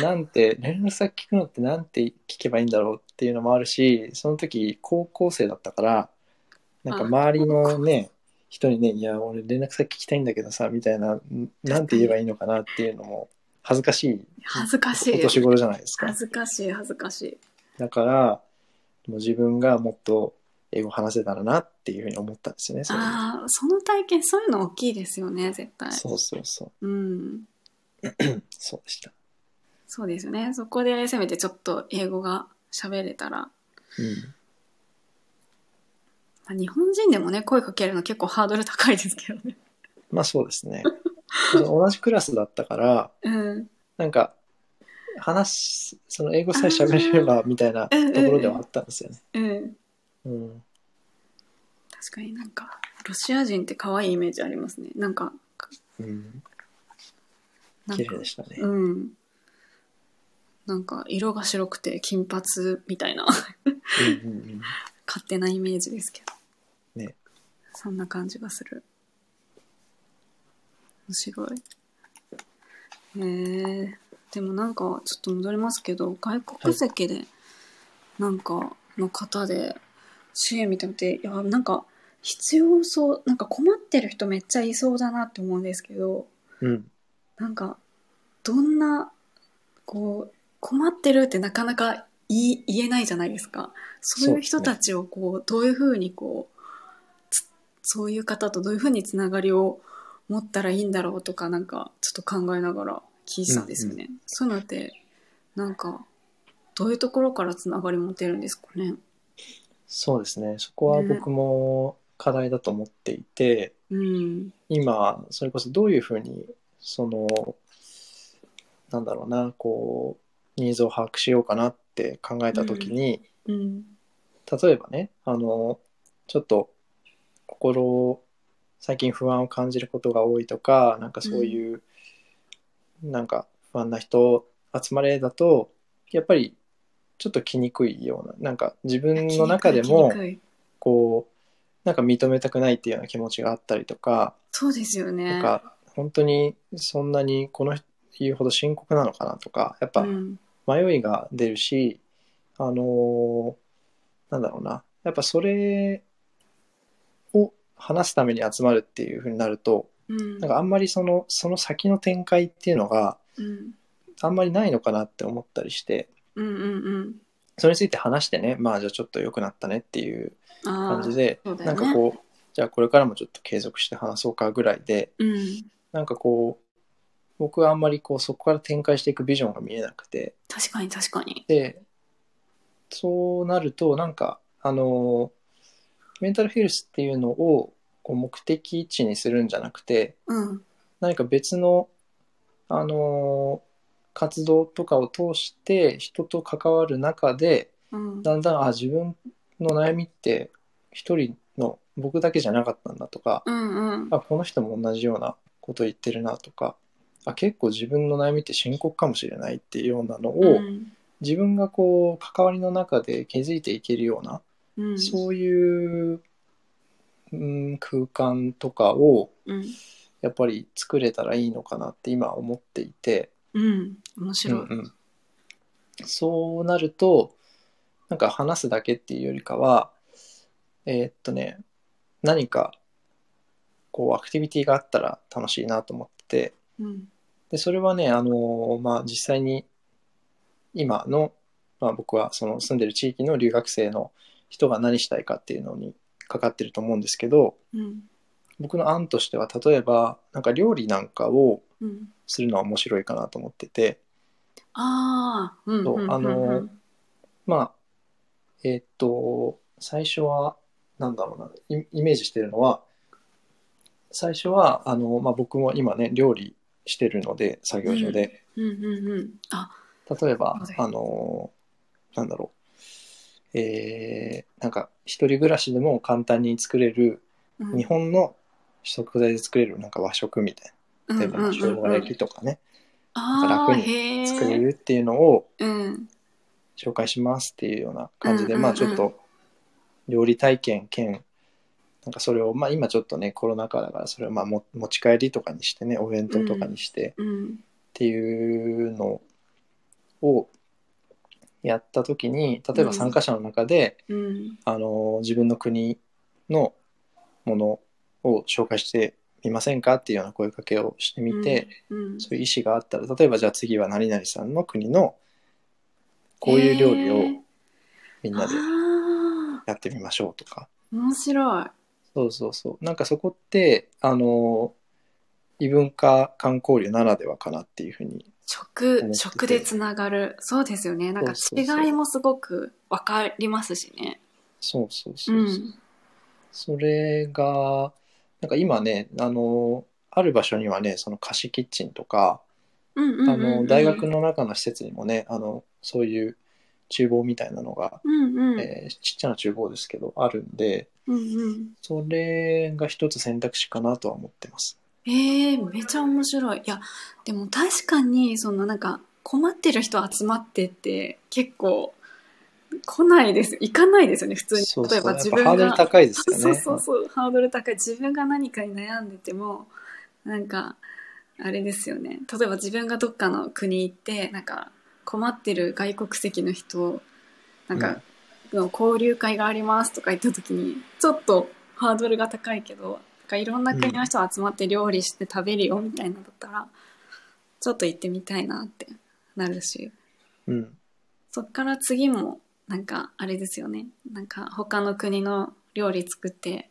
でなんて、連絡先聞くのってなんて聞けばいいんだろうっていうのもあるし、その時、高校生だったから、なんか周りのね、人にね、いや、俺連絡先聞きたいんだけどさ、みたいな、んなんて言えばいいのかなっていうのも、恥ずかしい、
恥ずかし
お
い。
年頃じゃないですか
恥。ずかしい、恥ずかしい。
だから、もう自分がもっと英語話せたらなっていうふうに思ったんですよね、それで
ああ、その体験、そういうの大きいですよね、絶対。
そうそうそう、
うん。
そうでした。
そうですよね。そこでせめてちょっと英語が喋れたら。ま
うん
あ日本人でもね、声かけるの結構ハードル高いですけど
[laughs]
ね。
まあそうですね。同じクラスだったから、
うん。
なんか、話し、その英語さえ喋れればみたいなところではあったんですよね。
うん。
うん。
確かになんか、ロシア人って可愛いイメージありますね。なんか、
うん。
なん
綺
か
麗でしたね。
うん。なんか、色が白くて金髪みたいな
うんうんうん。
勝手なイメージですけど。
ね。
そんな感じがする。面白い。えー、でもなんか、ちょっと戻りますけど、外国籍で、なんか、の方で、支援みたいなのって、いや、なんか、必要そう、なんか困ってる人めっちゃいそうだなって思うんですけど、
うん。
なんかどんなこう困ってるってなかなか言い言えないじゃないですかそういう人たちをこうどういうふうにこうつそういう方とどういうふうにつながりを持ったらいいんだろうとかなんかちょっと考えながら聞いてたんですよね、そういうのってなんかどういうところからつながり持てるんですかね
そうですね。そこは僕も課題だと思っていて、
うん
今、それこそどういうふうに、その、なんだろうな、こう、ニーズを把握しようかなって考えたときに、
うん
例えばねあのちょっと心を最近不安を感じることが多いとかなんかそういう、なんか不安な人集まれだとやっぱりちょっと来にくいようななんか自分の中でも
気に食い気に食い
こうなんか認めたくないっていうような気持ちがあったりとか、
そうですよね
なんか本当にそんなにこの人言うほど深刻なのかなとかやっぱ、
うん
迷いが出るし、あのーなんだろうな、やっぱそれを話すために集まるっていう風になると、
うん
なんかあんまりその、その先の展開っていうのが
うん
あんまりないのかなって思ったりして、
うんうんうん
それについて話してね、まあじゃあちょっと良くなったねっていう
あ
感
あ
じで、
あーそう
な
だよ
ん
ね
かこう、じゃあこれからもちょっと継続して話そうかぐらいで、
うん
なんかこう、僕はあんまりこうそこから展開していくビジョンが見えなくて、
確かに確かに。
でそうなるとなんかあのメンタルヘルスっていうのをこう目的地にするんじゃなくて
うん。
何か別のあの活動とかを通して人と関わる中で
うん。
だんだんあ自分の悩みって一人の僕だけじゃなかったんだとか
うんうん。
あこの人も同じようなこと言ってるなとかあ結構自分の悩みって深刻かもしれないっていうようなのを、
うん
自分がこう関わりの中で気づいていけるような、
うん。
そういう、うん、空間とかを
うん。
やっぱり作れたらいいのかなって今思っていて、
うん。面
う
白
ん
い。
うん、そうなるとなんか話すだけっていうよりかはえーっとね何かこうアクティビティがあったら楽しいなと思ってて
うん。
で、それはね、あのまあ、実際に今の、まあ、僕はその住んでる地域の留学生の人が何したいかっていうのにかかってると思うんですけど、
うん。
僕の案としては、例えば、なんか料理なんかを
うん。
するのは面白いかなと思ってて、
ああ。うん。
そうんあのー
うん
まあ、えーっと、最初は、なんだろうな、イイメージしてるのは、最初は、あの、まあ、僕も今ね、料理してるので、作業所で、
うんうんうん。あ、
例えば
そうだ、よ
あの、なんだろう、えー、なんか、一人暮らしでも簡単に作れる、
うん
日本の食材で作れるなんか和食みたいな、例えば、生姜焼きとかね、
あ
楽
あ、
に
へえ。
作れるっていうのを
うん。
紹介しますっていうような感じで、
うんうんうん
まあ、ちょっと、料理体験兼、なんかそれを、まあ今ちょっとね、コロナ禍だから、それをまあも持ち帰りとかにしてね、お弁当とかにして、
うん。
っていうのをやった時に例えば参加者の中で、
うん。
あの自分の国のものを紹介してみませんかっていうような声かけをしてみて、
うん、
そういう意思があったら例えばじゃあ次は何々さんの国のこういう料理
へ
を
ー
みんな
あ
で
あ
やってみましょうとか、
ー、面白い。
そうそうそうなんかそこってあの異文化間交流ならではかなっていうふうに思っ
食、
てて
食でつながる。そうですよね。なんか
そうそうそう
違いもすごくわかりますしね。
そうそう
う。
そうそうんそれが、なんか今ね、あの、ある場所にはね、その貸しキッチンとか、
うんうんうん、うん。
あの、大学。の中の施設にもね、あの、そういう厨房みたいなのが、
うんうん。
えーちっちゃな厨房ですけど、あるんで、
うんうん。
それが一つ選択肢かなとは思ってます。
ええめちゃ面白い。いや、でも確かに、そのなんか、困ってる人集まってって、結構、来ないです。行かないですよね、普通に。
そう
例
そ
え
う、
ば
やっ
自
ぱ
分
ハードル
が、
高いですよね。
[laughs] そうそうそう、ハードル高い。自分が何かに悩んでても、なんか、あれですよね。例えば自分がどっかの国行って、なんか、困ってる外国籍の人、なんか、の交流会がありますとか言った時にちょっとハードルが高いけどなんかいろんな国の人集まって料理して食べるよみたいなのだったら、ちょっと行ってみたいなってなるし
うん。うん
そっから次もなんかあれですよねなんか他の国の料理作って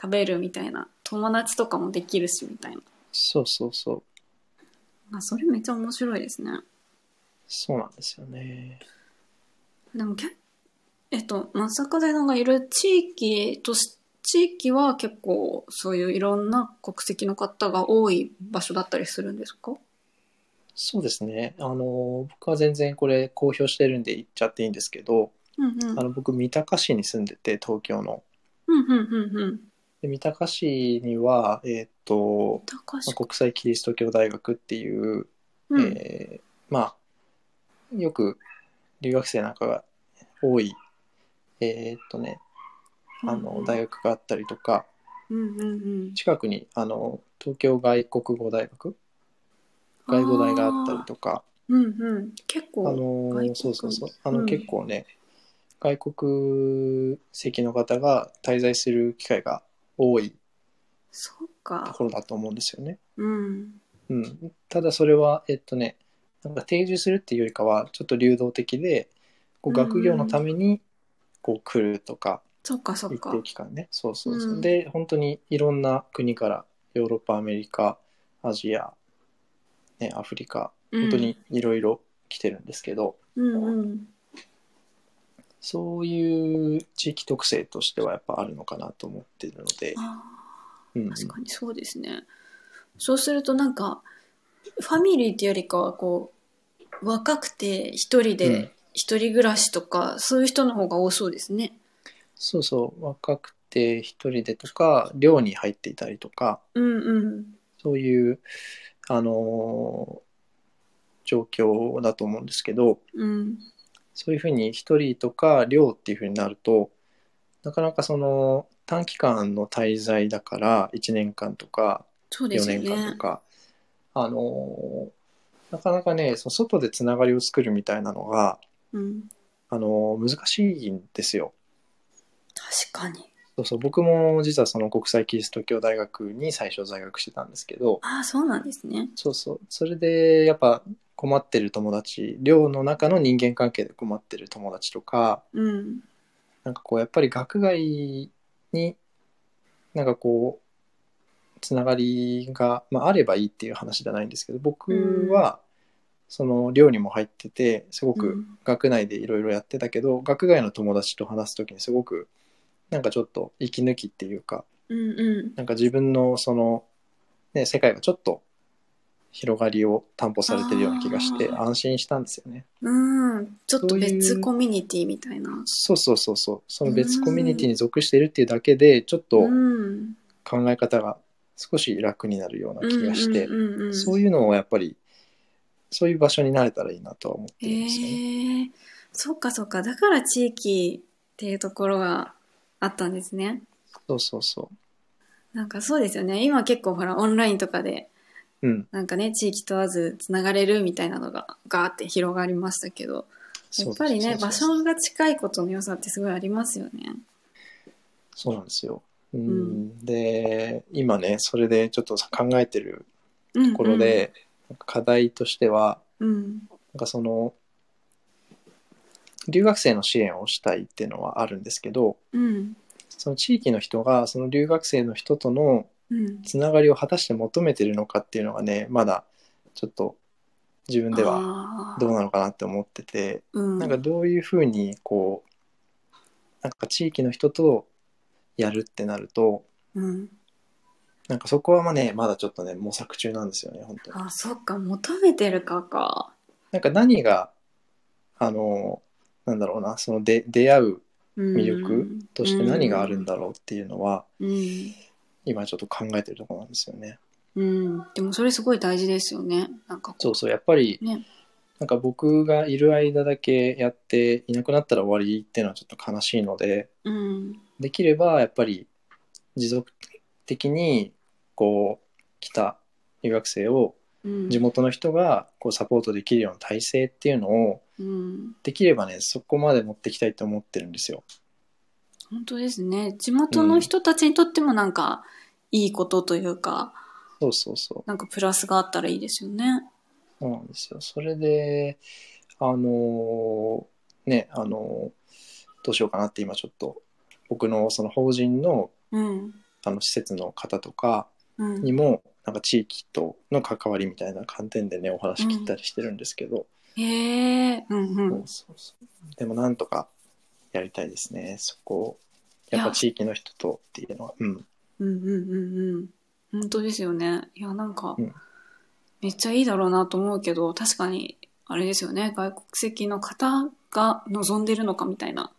食べるみたいな友達とかもできるしみたいな、
そうそうそう。
まあ、それめっちゃ面白いですね。
そうなんですよね。
でもけえっと松坂大さんがいる地域とし地域は結構そういういろんな国籍の方が多い場所だったりするんですか
そうですね。あの、僕は全然これ公表してるんで言っちゃっていいんですけど、
うんうん
あの僕三鷹市に住んでて東京の
うんうんうんうん
で三鷹市には、えーっと
高
ま
橋
あ国際キリスト教大学っていう、
うん
えーまあよく留学生なんかが多いえーっとねあ
うんう
の
ん
大学があったりとか
うんうんうん
近くにあの東京外国語大学外語大があったりとか
うんうん結
あ
構
の
外国
そうそうそうあの、
うん
結構ね外国籍の方が滞在する機会が多い
そ
と
うか
ころだと思うんですよね。
うん
うん、ただそれは、えっとね、なんか定住するっていうよりかは、ちょっと流動的で、こう
うんうん
学業のためにこう来るとか、
そうかそう
一
か
定期間ね、そうそうそう、
うん
で、本当にいろんな国から、ヨーロッパ、アメリカ、アジア、ね、アフリカ、本当にいろいろ来てるんですけど、
うんうん
そういう地域特性としてはやっぱあるのかなと思っているので、
あー
うん、
確かにそうですね。そうするとなんか、ファミリーっていうよりかはこう、若くて一人
うん
で一人暮らしとか、そういう人の方が多そうですね。
そうそう、若くて一人でとか、寮に入っていたりとか、
うんうん。
そういう、あのー状況だと思うんですけど、
うん。
そういうふうに一人とか寮っていうふうになると、なかなかその短期間の滞在だから、1年間とか
そうで
4
すよ
年間
ね
と。か、あのーなかなかね、その外でつながりを作るみたいなのが、
うん。
あのー難しいんですよ。
確かに。
そうそう、僕も実はその国際キリスト教大学に最初在学してたんですけど、
ああ、そうなんですね。
そうそう。それで、やっぱ困ってる友達、寮の中の人間関係で困ってる友達とか、
うん。
なんかこう、やっぱり学外に、なんかこう、つながりが、まあ、あればいいっていう話じゃないんですけど、僕は、その寮にも入ってて、すご
う
く
ん
学内でいろいろやってたけど、学外の友達と話すときにすごく、なんかちょっと息抜きっていうか、
うんうん。
なんか自分のその、ね、世界がちょっと広がりを担保されてるような気がして
あー
安心したんですよね。
うん、ちょっと
そういう
別コミュニティみたいな。
そうそうそうそう。その別コミュニティに属しているっていうだけで、ちょっと
うん、
考え方が少し楽になるような気がして、
うんうんうんうん、
そうういうのをやっぱり、そういう場所になれたらいいなとは思って
え
るんですよね。
ー、そっかそっか。だから地域っていうところがあったんですね。
そうそうそ
なんかそうですよね。今結構ほら、オンラインとかで、
う。うん。
なんかね、地域問わずつながれるみたいなのがガーって広がりましたけど、やっぱりね、
そう
場
そうそう
所が近いことの良さってすごいありますよね。
そうなんですよ。うん
ん
で、今ね、それでちょっと考えてる
うんうん
ところで、課題としては、
うん。
なんかその、留学生の支援をしたいっていうのはあるんですけど、
うん。
その地域の人がその留学生の人との
うん。
つながりを果たして求めてるのかっていうのがねまだちょっと自分では
は
どうなのかなって思ってて
うん、
なんかどういうふうにこうなんか地域の人とやるってなると
うん、
なんかそこはまあねまだちょっとね模索中なんですよね本当に。
あ、そっか、求めてるかか。
なんか何があのなんだろうなそので出会う
魅
魅力として何があるんだろうっていうのは
うん。
今ちょっと考えてるところなんですよね。
うん。でもそれすごい大事ですよね。なんかこ
そうそうやっぱり
う。ね。
なんか僕がいる間だけやっていなくなったら終わりっていうのはちょっと悲しいので
うん。
できればやっぱり持続的にこう来た留学生を
うん。
地元の人がこうサポートできるような体制っていうのを
うん。
できればねそこまで持ってきたいと思ってるんですよ。
本当ですね。地元の人たちにとってもなんか、いいことというか、
そうそうそ
なんかプラスがあったらいいですよね。
うそうなんですよ。それであのーねあのーどうしようかなって今ちょっと僕のその法人の
うん。
あの施設の方とか
うん
に。もなんか地域との関わりみたいな観点でねお話聞いたりしてるんですけど、
へえ。うんうん。
そうそうそうでもなんとかやりたいですねそこをやっ
い
ぱ
や
地域の人とっていうのはうん
うんうんうんうん。本当ですよね。いや、なんか、
うん
めっちゃいいだろうなと思うけど、確かに、あれですよね。外国籍の方が望んでるのかみたいな。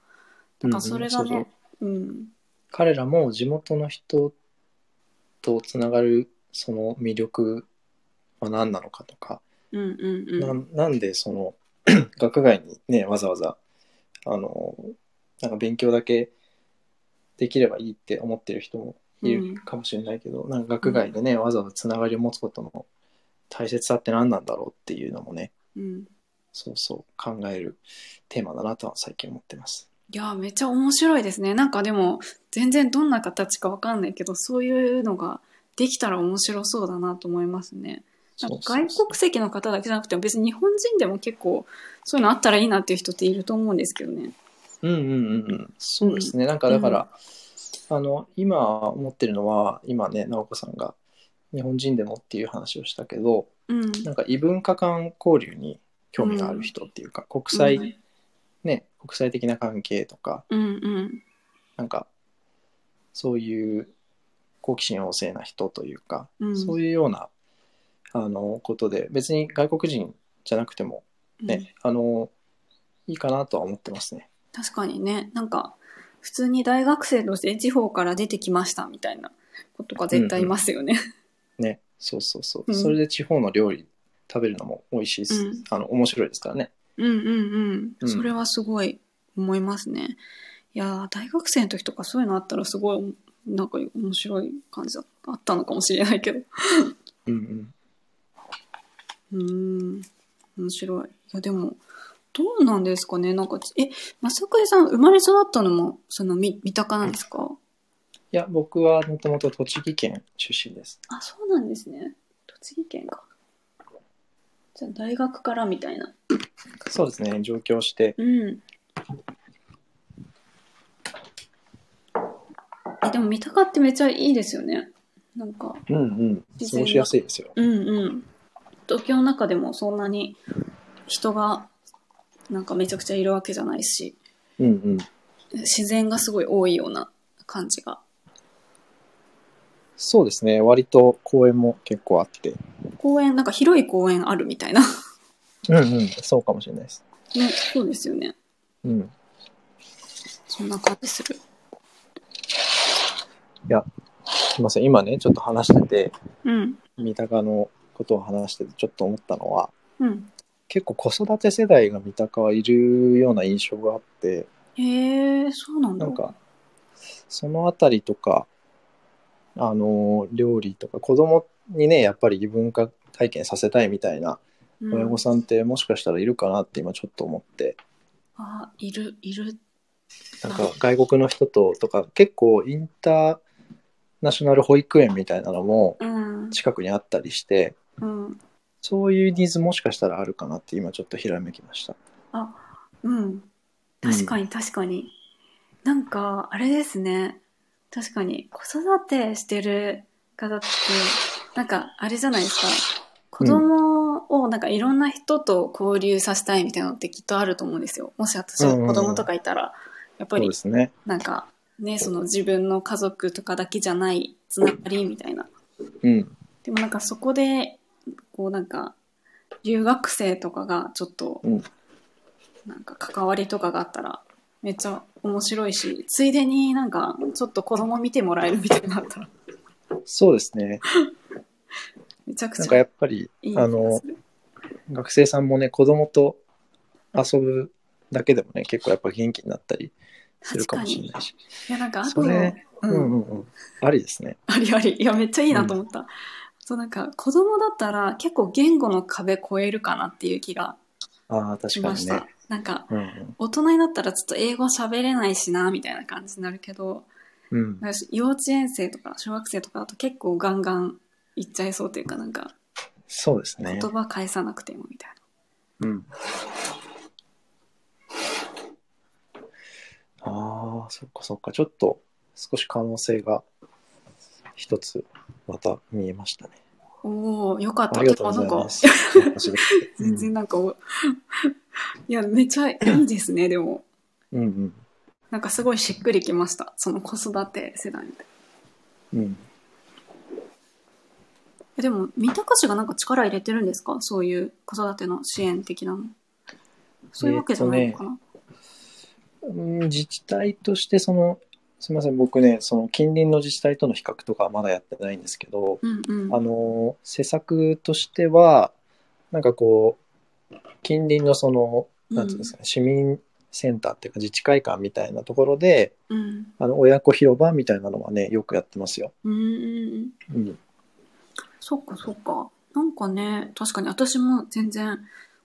なんかそれが
うんうんそう
ね、うん。
彼らも地元の人とつながるその魅力は何なのかとか、
うんうん
な
うん。
んなんでその [clears throat] 学外にねわざわざあのなんか勉強だけできればいいって思ってる人もいるかもしれないけど、なんか学外でね、わざわざつながりを持つことの大切さって何なんだろうっていうのもね
うん。
そうそう考えるテーマだなとは最近思ってます。
いや、めっちゃ面白いですね。なんかでも、全然どんな形かわかんないけど、そういうのができたら面白そうだなと思いますね。なんか
そう
外
そうそう
国籍の方だけじゃなくても、別に日本人でも結構、そういうのあったらいいなっていう人っていると思うんですけどね。
うんうんうんうん、そうですね、なんかだから、あの今思ってるのは今ね直子さんが日本人でもっていう話をしたけど
うん。
なんか異文化間交流に興味がある人っていうか、国際、ね国際的な関係とか
うんうん
なんかそういう好奇心旺盛な人というか、
うん
そういうようなあのことで別に外国人じゃなくても
うん
ね、あのいいかなとは思ってますね。
確かにねなんか普通に大学生として地方から出てきましたみたいなことが絶対いますよね。
ねそうそうそう、
うん
それで地方の料理食べるのも美味しいです、
うん
あの面白いですからね。
うんうんうん、
うん
それはすごい思いますね。いやー大学生の時とかそういうのあったらすごいなんか面白い感じだあったのかもしれないけど。
うんうん
うーん面白い。いやでもどうなんですかねなんかえ正倉さん生まれ育ったのもそのみ三鷹なんですか
いや僕はもともと栃木県出身です。
あ、そうなんですね。栃木県か。じゃあ大学からみたいな。
そうですね上京して
うん。え、でも三鷹ってめっちゃいいですよね。なんか、
うんうん過ごしやすいですよ。
うんうん。東京の中でもそんなに人がなんかめちゃくちゃいるわけじゃないし、
うんうん
自然がすごい多いような感じが
そうですね、割と公園も結構あって。
公園、なんか広い公園あるみたいな。
うんうん、そうかもしれないです。
ね、そうですよね。
うん。
そんな感じする。
すいません、今ね、ちょっと話してて、
うん。
三鷹のことを話してて、ちょっと思ったのは、
うん。
結構子育て世代が三鷹はいるような印象があって、
へえ、そうなん
な
だ。
んか、そのあたりとか、あのー、料理とか、子供にね、やっぱり異文化体験させたいみたいな
うん、
親御さんってもしかしたらいるかなって今ちょっと思って、
あ、いる、いる。
なんか外国の人ととか、結構インターナショナル保育園みたいなのも
うん。
近くにあったりして、
うん。
そういうニーズもしかしたらあるかなって今ちょっとひらめきました。
うん。確かに確かに。なんか、あれですね。確かに、子育てしてる方って、なんか、あれじゃないですか。子供を、なんかいろんな人と交流させたいみたいなのってきっとあると思うんですよ。もし私が子供とかいたら、やっぱ
そう
り
で、すね。
なんか、ね、その自分の家族とかだけじゃないつながりみたいな。
うん。
でもなんかそこで、こうなんか、留学生とかがちょっと
うん、
なんか関わりとかがあったら、めっちゃ面白いし、ついでになんか、ちょっと子供見てもらえるみたいになったら、 [laughs]
そうですね。
めちゃく
なん
ち
かや
ゃ
っぱり、
いい気
あ
が
の
す、る。
学生さんもね、子供と遊ぶだけでもね、結構やっぱ元気になったりする
確
か
か
もしれ
に。
ないし。
いやなんか、あと、
それ
う
うん
ん
う、んうん。ありですね。
ありあり。いや、めっちゃいいなと思った。そうなんか、子供だったら結構言語の壁越えるかなっていう気が
ああ、確
し
か
ま
に
し
ね
た。。なんか、
うん
大人になったらちょっと英語喋れないしな、みたいな感じになるけど、
うん。うん。
なんか幼稚園生とか小学生とかだと結構ガンガンいっちゃいそうというかなんか
そうですね
言。葉返さなくてもみたい
うん。ああ、そっかそっか。ちょっと少し可能性が一つまた見えましたね。
な。おおよかった。
ありがとうござい
なん
ま
か
す。
[laughs] 全然なんかお、いやめちゃいいですねでも
うんうん
なんかすごいしっくりきましたその子育て世代みたいな
うん。
えでも三鷹市がなんか力入れてるんですかそういう子育ての支援的なのそういうわけじゃないのかな、
うん、自治体としてそのすみません僕ねその近隣の自治体との比較とかはまだやってないんですけど、
うん
あの施策としてはなんかこう近隣のその
うん
なんていうんですかね、市民センターっていうか自治会館みたいなところで
うんうん
あの親子広場みたいなのはねよくやってますよ。
うんうんうん
うん、
そっかそっか。なんかね、確かに私も全然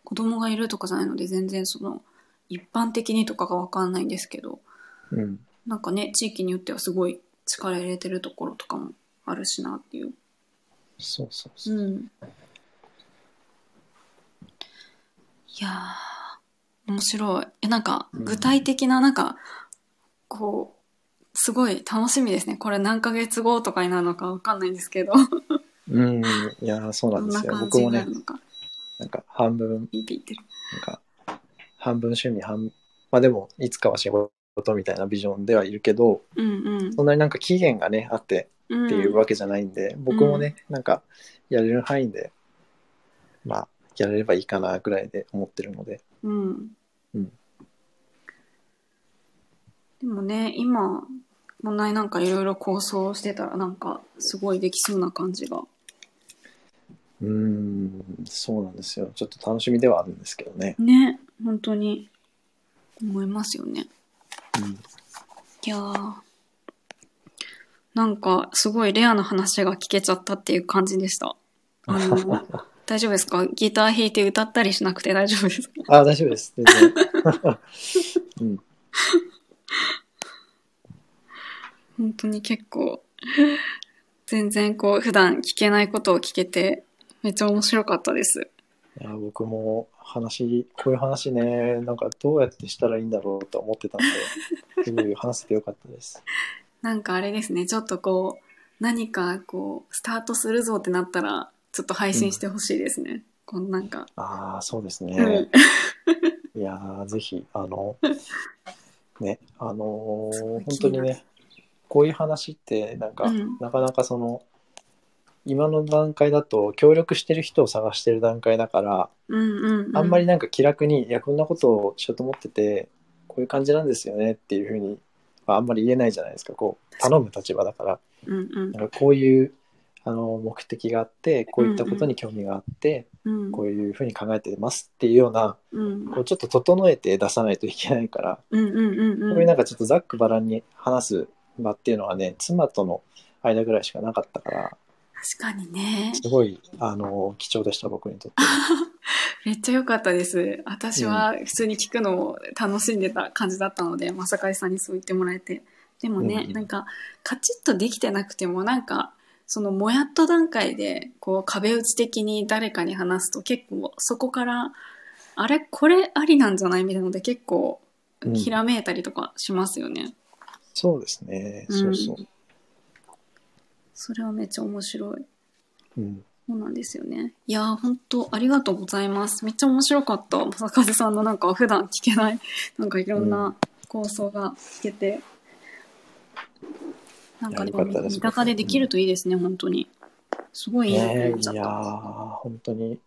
子供がいるとかじゃないので、全然その一般的にとかがわかんないんですけど、
うん、
なんかね、地域によってはすごい力入れてるところとかもあるしなっていう。
そうそうそうう。
ん。いやー、面白い。え、なんか
うん
具体的な、なんか、こう、すごい楽しみですね。これ何ヶ月後とかになるのかわかんないんですけど、
うん、いやーそうな
ど
ん
ん
で
な
すよ。
感
僕
じ
も
にな
ね
るのか。
なんか半分
ビビってる。
なんか、半分趣味、半、まあでも、いつかは仕事みたいなビジョンではいるけど、
うんうん。
そんなになんか期限がね、あって
っ
っていうわけじゃないんで、僕もね、なんか、やれる範囲で、まあ、やれればいいかな、ぐらいで思ってるので。
うん。
うん
でもね、今、問題なんかいろいろ構想してたらなんかすごいできそうな感じが。
うーん、そうなんですよ。ちょっと楽しみではあるんですけどね。
ね、本当に思いますよね。
うん
いやー。なんかすごいレアな話が聞けちゃったっていう感じでした。あの、
[laughs]
大丈夫ですかギター弾いて歌ったりしなくて大丈夫ですか
あ、大丈夫です。全然。 [laughs] うん、
本当に結構、 [laughs] 全然こう普段聞けないことを聞けて、めっちゃ面白かったです。
いや僕も話、こういう話ね、なんかどうやってしたらいいんだろうと思ってたんで、すごい話せてよかったです。
なんかあれですね、ちょっとこう、何かこう、スタートするぞってなったら、ちょっと配信してほしいですね。このなんか、
ああ、そうです
う
ね
ん。、
いや
[laughs]
ーぜひ、あの、ね、あのー
すごい
本当にね、こういう話ってなんか、
うん
なかなかその今の段階だと協力してる人を探してる段階だから
うんうんうん。
あんまりなんか気楽に、いやこんなことをしようと思っててこういう感じなんですよねっていうふうにまああんまり言えないじゃないですかこう頼む立場だから
うんうん
なんかこういうあの目的があってこういったことに興味があって、
うん
こういうふうに考えてますっていうような
うん
こうちょっと整えて出さないといけないから
うんうんうんうん
こういうなんかちょっとざっくばらんに話す場っていうのはね妻との間ぐらいしかなかったから
確かにね
すごいあの貴重でした僕にとって。
めっちゃ良かったです私は普通に聞くのを楽しんでた感じだったのでまさかいさんにそう言ってもらえてでもね、
うん
なんかカチッとできてなくてもなんかそのもやっと段階でこう壁打ち的に誰かに話すと結構そこからあれこれありなんじゃないみたいなので結構
うん
ひらめいたりとかしますよね、
そうですね、
うん
そうそう、
それはめっちゃ面白い
うん、
そうなんですよね。いやー、本当ありがとうございます。めっちゃ面白かった。正和さんのなんか普段聞けない、なんかいろん
う
な構想が聞けて。なんかで
い
も、
やよかったです
三鷹でできるといいですね、本当に。すごいいいなと
ね
思っ
い
ちゃっ
や
た。
ー本当に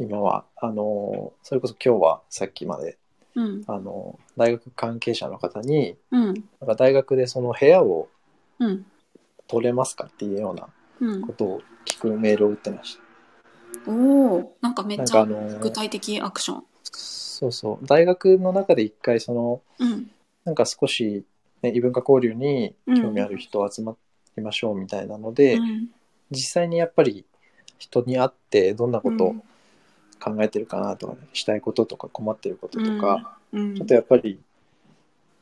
今はあのーそれこそ今日はさっきまで
うん、
あのー大学関係者の方に
うん、
なんか大学でその部屋を
うん、
取れますかっていうような
うん
こ。とを聞くメールを打ってました。
おお、なんかめっ
なん
ち
か
ゃ
あのー
具体的アクション。
そうそう大学の中で一回その
うん、
なんか少し、ね、異文化交流に興味ある人集まりましょうみたいなので、
うん、
実際にやっぱり人に会ってどんなこと
う
を
ん
考えてるかなとかね、したいこととか困ってることとか、
うん
ちょっとやっぱり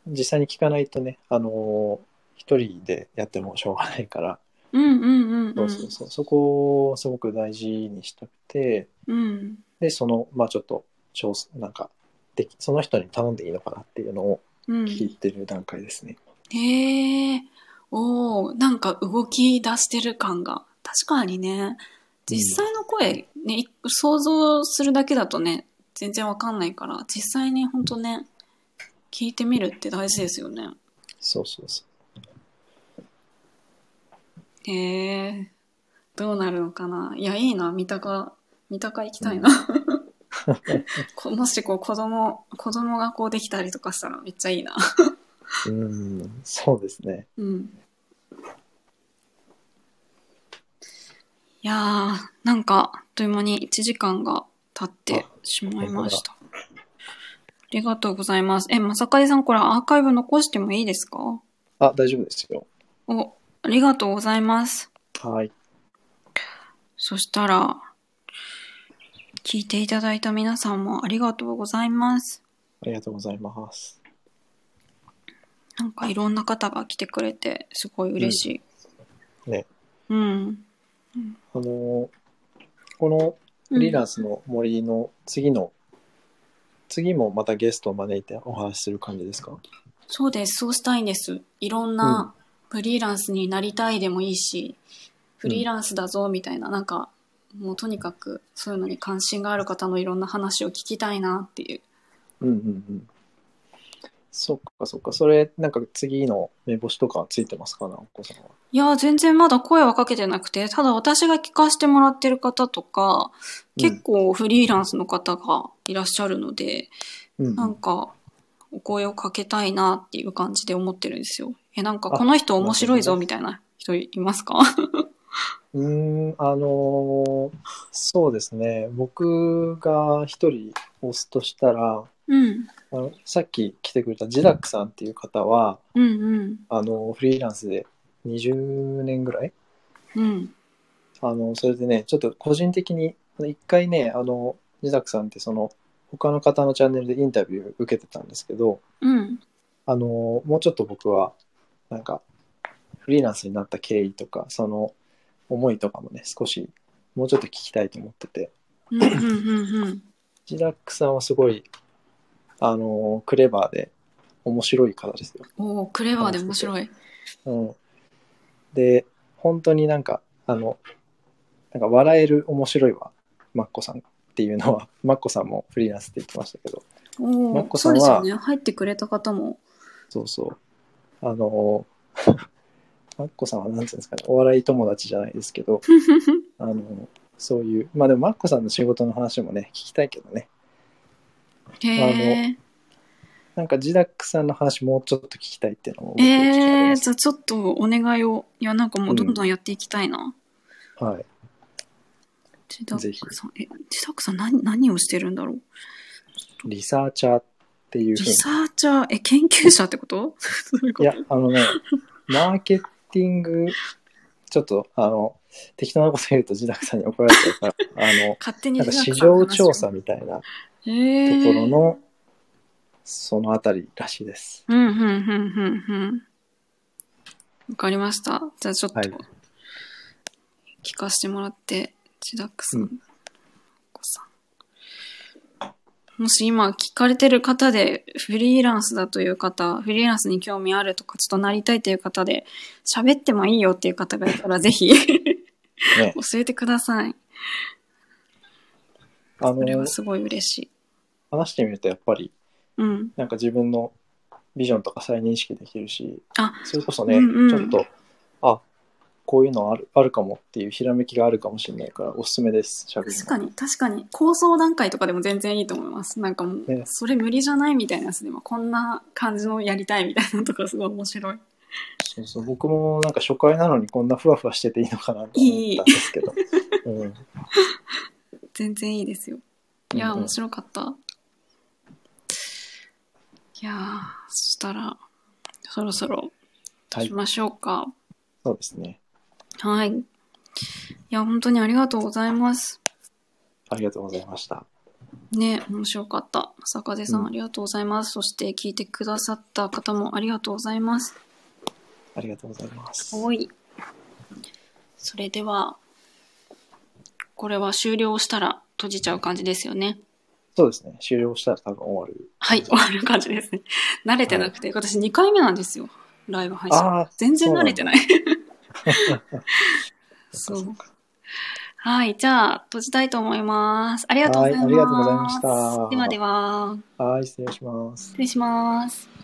実際に聞かないとねあのー一人でやってもしょうがないから、
うん、うん、うん、
そうそうそうそこをすごく大事にしたくて
うん、
でそのまあちょっと調査なんかできその人に頼んでいいのかなっていうのを
うん。
聞いてる段階ですね。
へえ、おお、なんか動き出してる感が。確かにね、実際の声、ね、い想像するだけだとね、全然わかんないから、実際に本当ね、聞いてみるって大事ですよね。
そうそうそう
へえ、どうなるのかな。いや、いいな、三鷹、三鷹行きたいな。こ [laughs] もしこう子供、子供がこうできたりとかしたらめっちゃいいな。
うん、そうですね。
うんいやー、なんか、あっという間に1時間が経ってしまいました。ありがとうございます。え、まさかりさん、これアーカイブ残してもいいですか
あ、大丈夫ですよ。
お、ありがとうございます。
はい。
そしたら、聞いていただいた皆さんもありがとうございます。
ありがとうございます。
なんかいろんな方が来てくれて、すごい嬉しい。
うんね。
うん。
あのーこのフリーランスの森の次の、次もまたゲストを招いてお話しする感じですか
そうです。そうしたいんです。いろんなフリーランスになりたいでもいいし、フリーランスだぞみたいな、なんか、もうとにかくそういうのに関心がある方のいろんな話を聞きたいなっていう。
うんうんうん。そっかそっか。それ、なんか次の目星とかついてますかな、お子さんは。
いやー、全然まだ声はかけてなくて、ただ私が聞かせてもらってる方とか、
うん
結構フリーランスの方がいらっしゃるので、
うんうん、
なんか、お声をかけたいなっていう感じで思ってるんですよ。え、なんかこの人面白いぞみたいな人いますか
うーん、あのーそうですね。僕が一人押すとしたら、
うん。
あのさっき来てくれたジダックさんっていう方は、
[laughs] うんうん。
あのフリーランスで20年ぐらい
うん。
あの、それでね、ちょっと個人的に、あの一回ね、あの、自宅さんってその、他の方のチャンネルでインタビュー受けてたんですけど、
うん。
あの、もうちょっと僕は、なんか、フリーランスになった経緯とか、その、思いとかもね、少し、もうちょっと聞きたいと思ってて、
うんうんうんうん。
ジダックさんはすごい、あの、クレバーで、面白い方ですよ。
おお、クレバーで面白い。
うん。で、本当になんか、あの、なんか笑える面白いわ、マッコさんっていうのは、 [laughs] マッコさんもフリーランスって言ってましたけど、
お
マ
お
ッ、コさ
そうんで
は
すよね。入ってくれた方も。
そうそう。あの、 [laughs] マッコさんは何て言うんですかね、お笑い友達じゃないですけど、あの、そういう、まあでもマッコさんの仕事の話もね、聞きたいけどね、
へえ。
なんかジダックさんの話もうちょっと聞きたいっていうのも僕
ええ
聞き
じゃあちょっとお願いを、いや、なんかもうどんどんやっていきたいな。
たいはい。
千田クさん、え、千田クさん何、何をしてるんだろう。
リサーチャーっていうふう
リ
に。
サーチャー、え、研究者ってこと [laughs] どういう
い
こ
や
と、
あの
[laughs]
ね、マーケティング、ちょっと、あの、適当なこと言うと自宅さんに怒られちゃう
[laughs]
から、あの、
勝手に
なんか
ジ
市
ダックさんの
場
話
調査みたいなと
へ
こ
え
ろの、そのあたりらしいです。
うん、うん、うん、うん、うん。わかりました。じゃあちょっと
はい、
聞かせてもらって、千田クさん、
うん
マッコさん。もし今聞かれてる方で、フリーランスだという方、フリーランスに興味あるとか、ちょっとなりたいという方で、喋ってもいいよっていう方がいたら、ぜひ
ね、
[laughs] 教えてください。
あ
それ
の
は、すごい嬉しい。
話してみるとやっぱり、
うん。
なんか自分のビジョンとか再認識できるし
あ、
それこそね、
うんうん
ちょっと、あ、こういうのあるあるかもっていうひらめきがあるかもしれないから、おすすめです、しゃべり
確かに、確かに。構想段階とかでも全然いいと思います。なんかもう、
ね
それ無理じゃないみたいなやつでも、こんな感じのやりたいみたいなのとかすごい面白い。
そうそう僕もなんか初回なのにこんなふわふわしてていいのかなと思ったんですけど。うん
全然いいですよ。いや
うん
ー、
うん
面白かった。いやー、そしたら、そろそろ
は
し
い、
ましょうか。
そうですね。
はい。いや、本当にありがとうございます。
ありがとうございました。
ね、面白かった。坂出さ、
うんん
ありがとうございます。そして、聞いてくださった方もありがとうございます。
ありがとうございます。
おい。それでは、これは終了したら閉じちゃう感じですよね。
そうですね。終了したら多分終わる。
はい、終わる感じですね。慣れてなくて、私2回目なんですよ。ライブ配信。
ああ、
全然慣れてない。
そ
[laughs] そうう
なんだ
はい、じゃあ、閉じたいと思います。ありがとうございま
は
す。
いありがとうございました
ではでは、
はい、失礼します。
失礼します。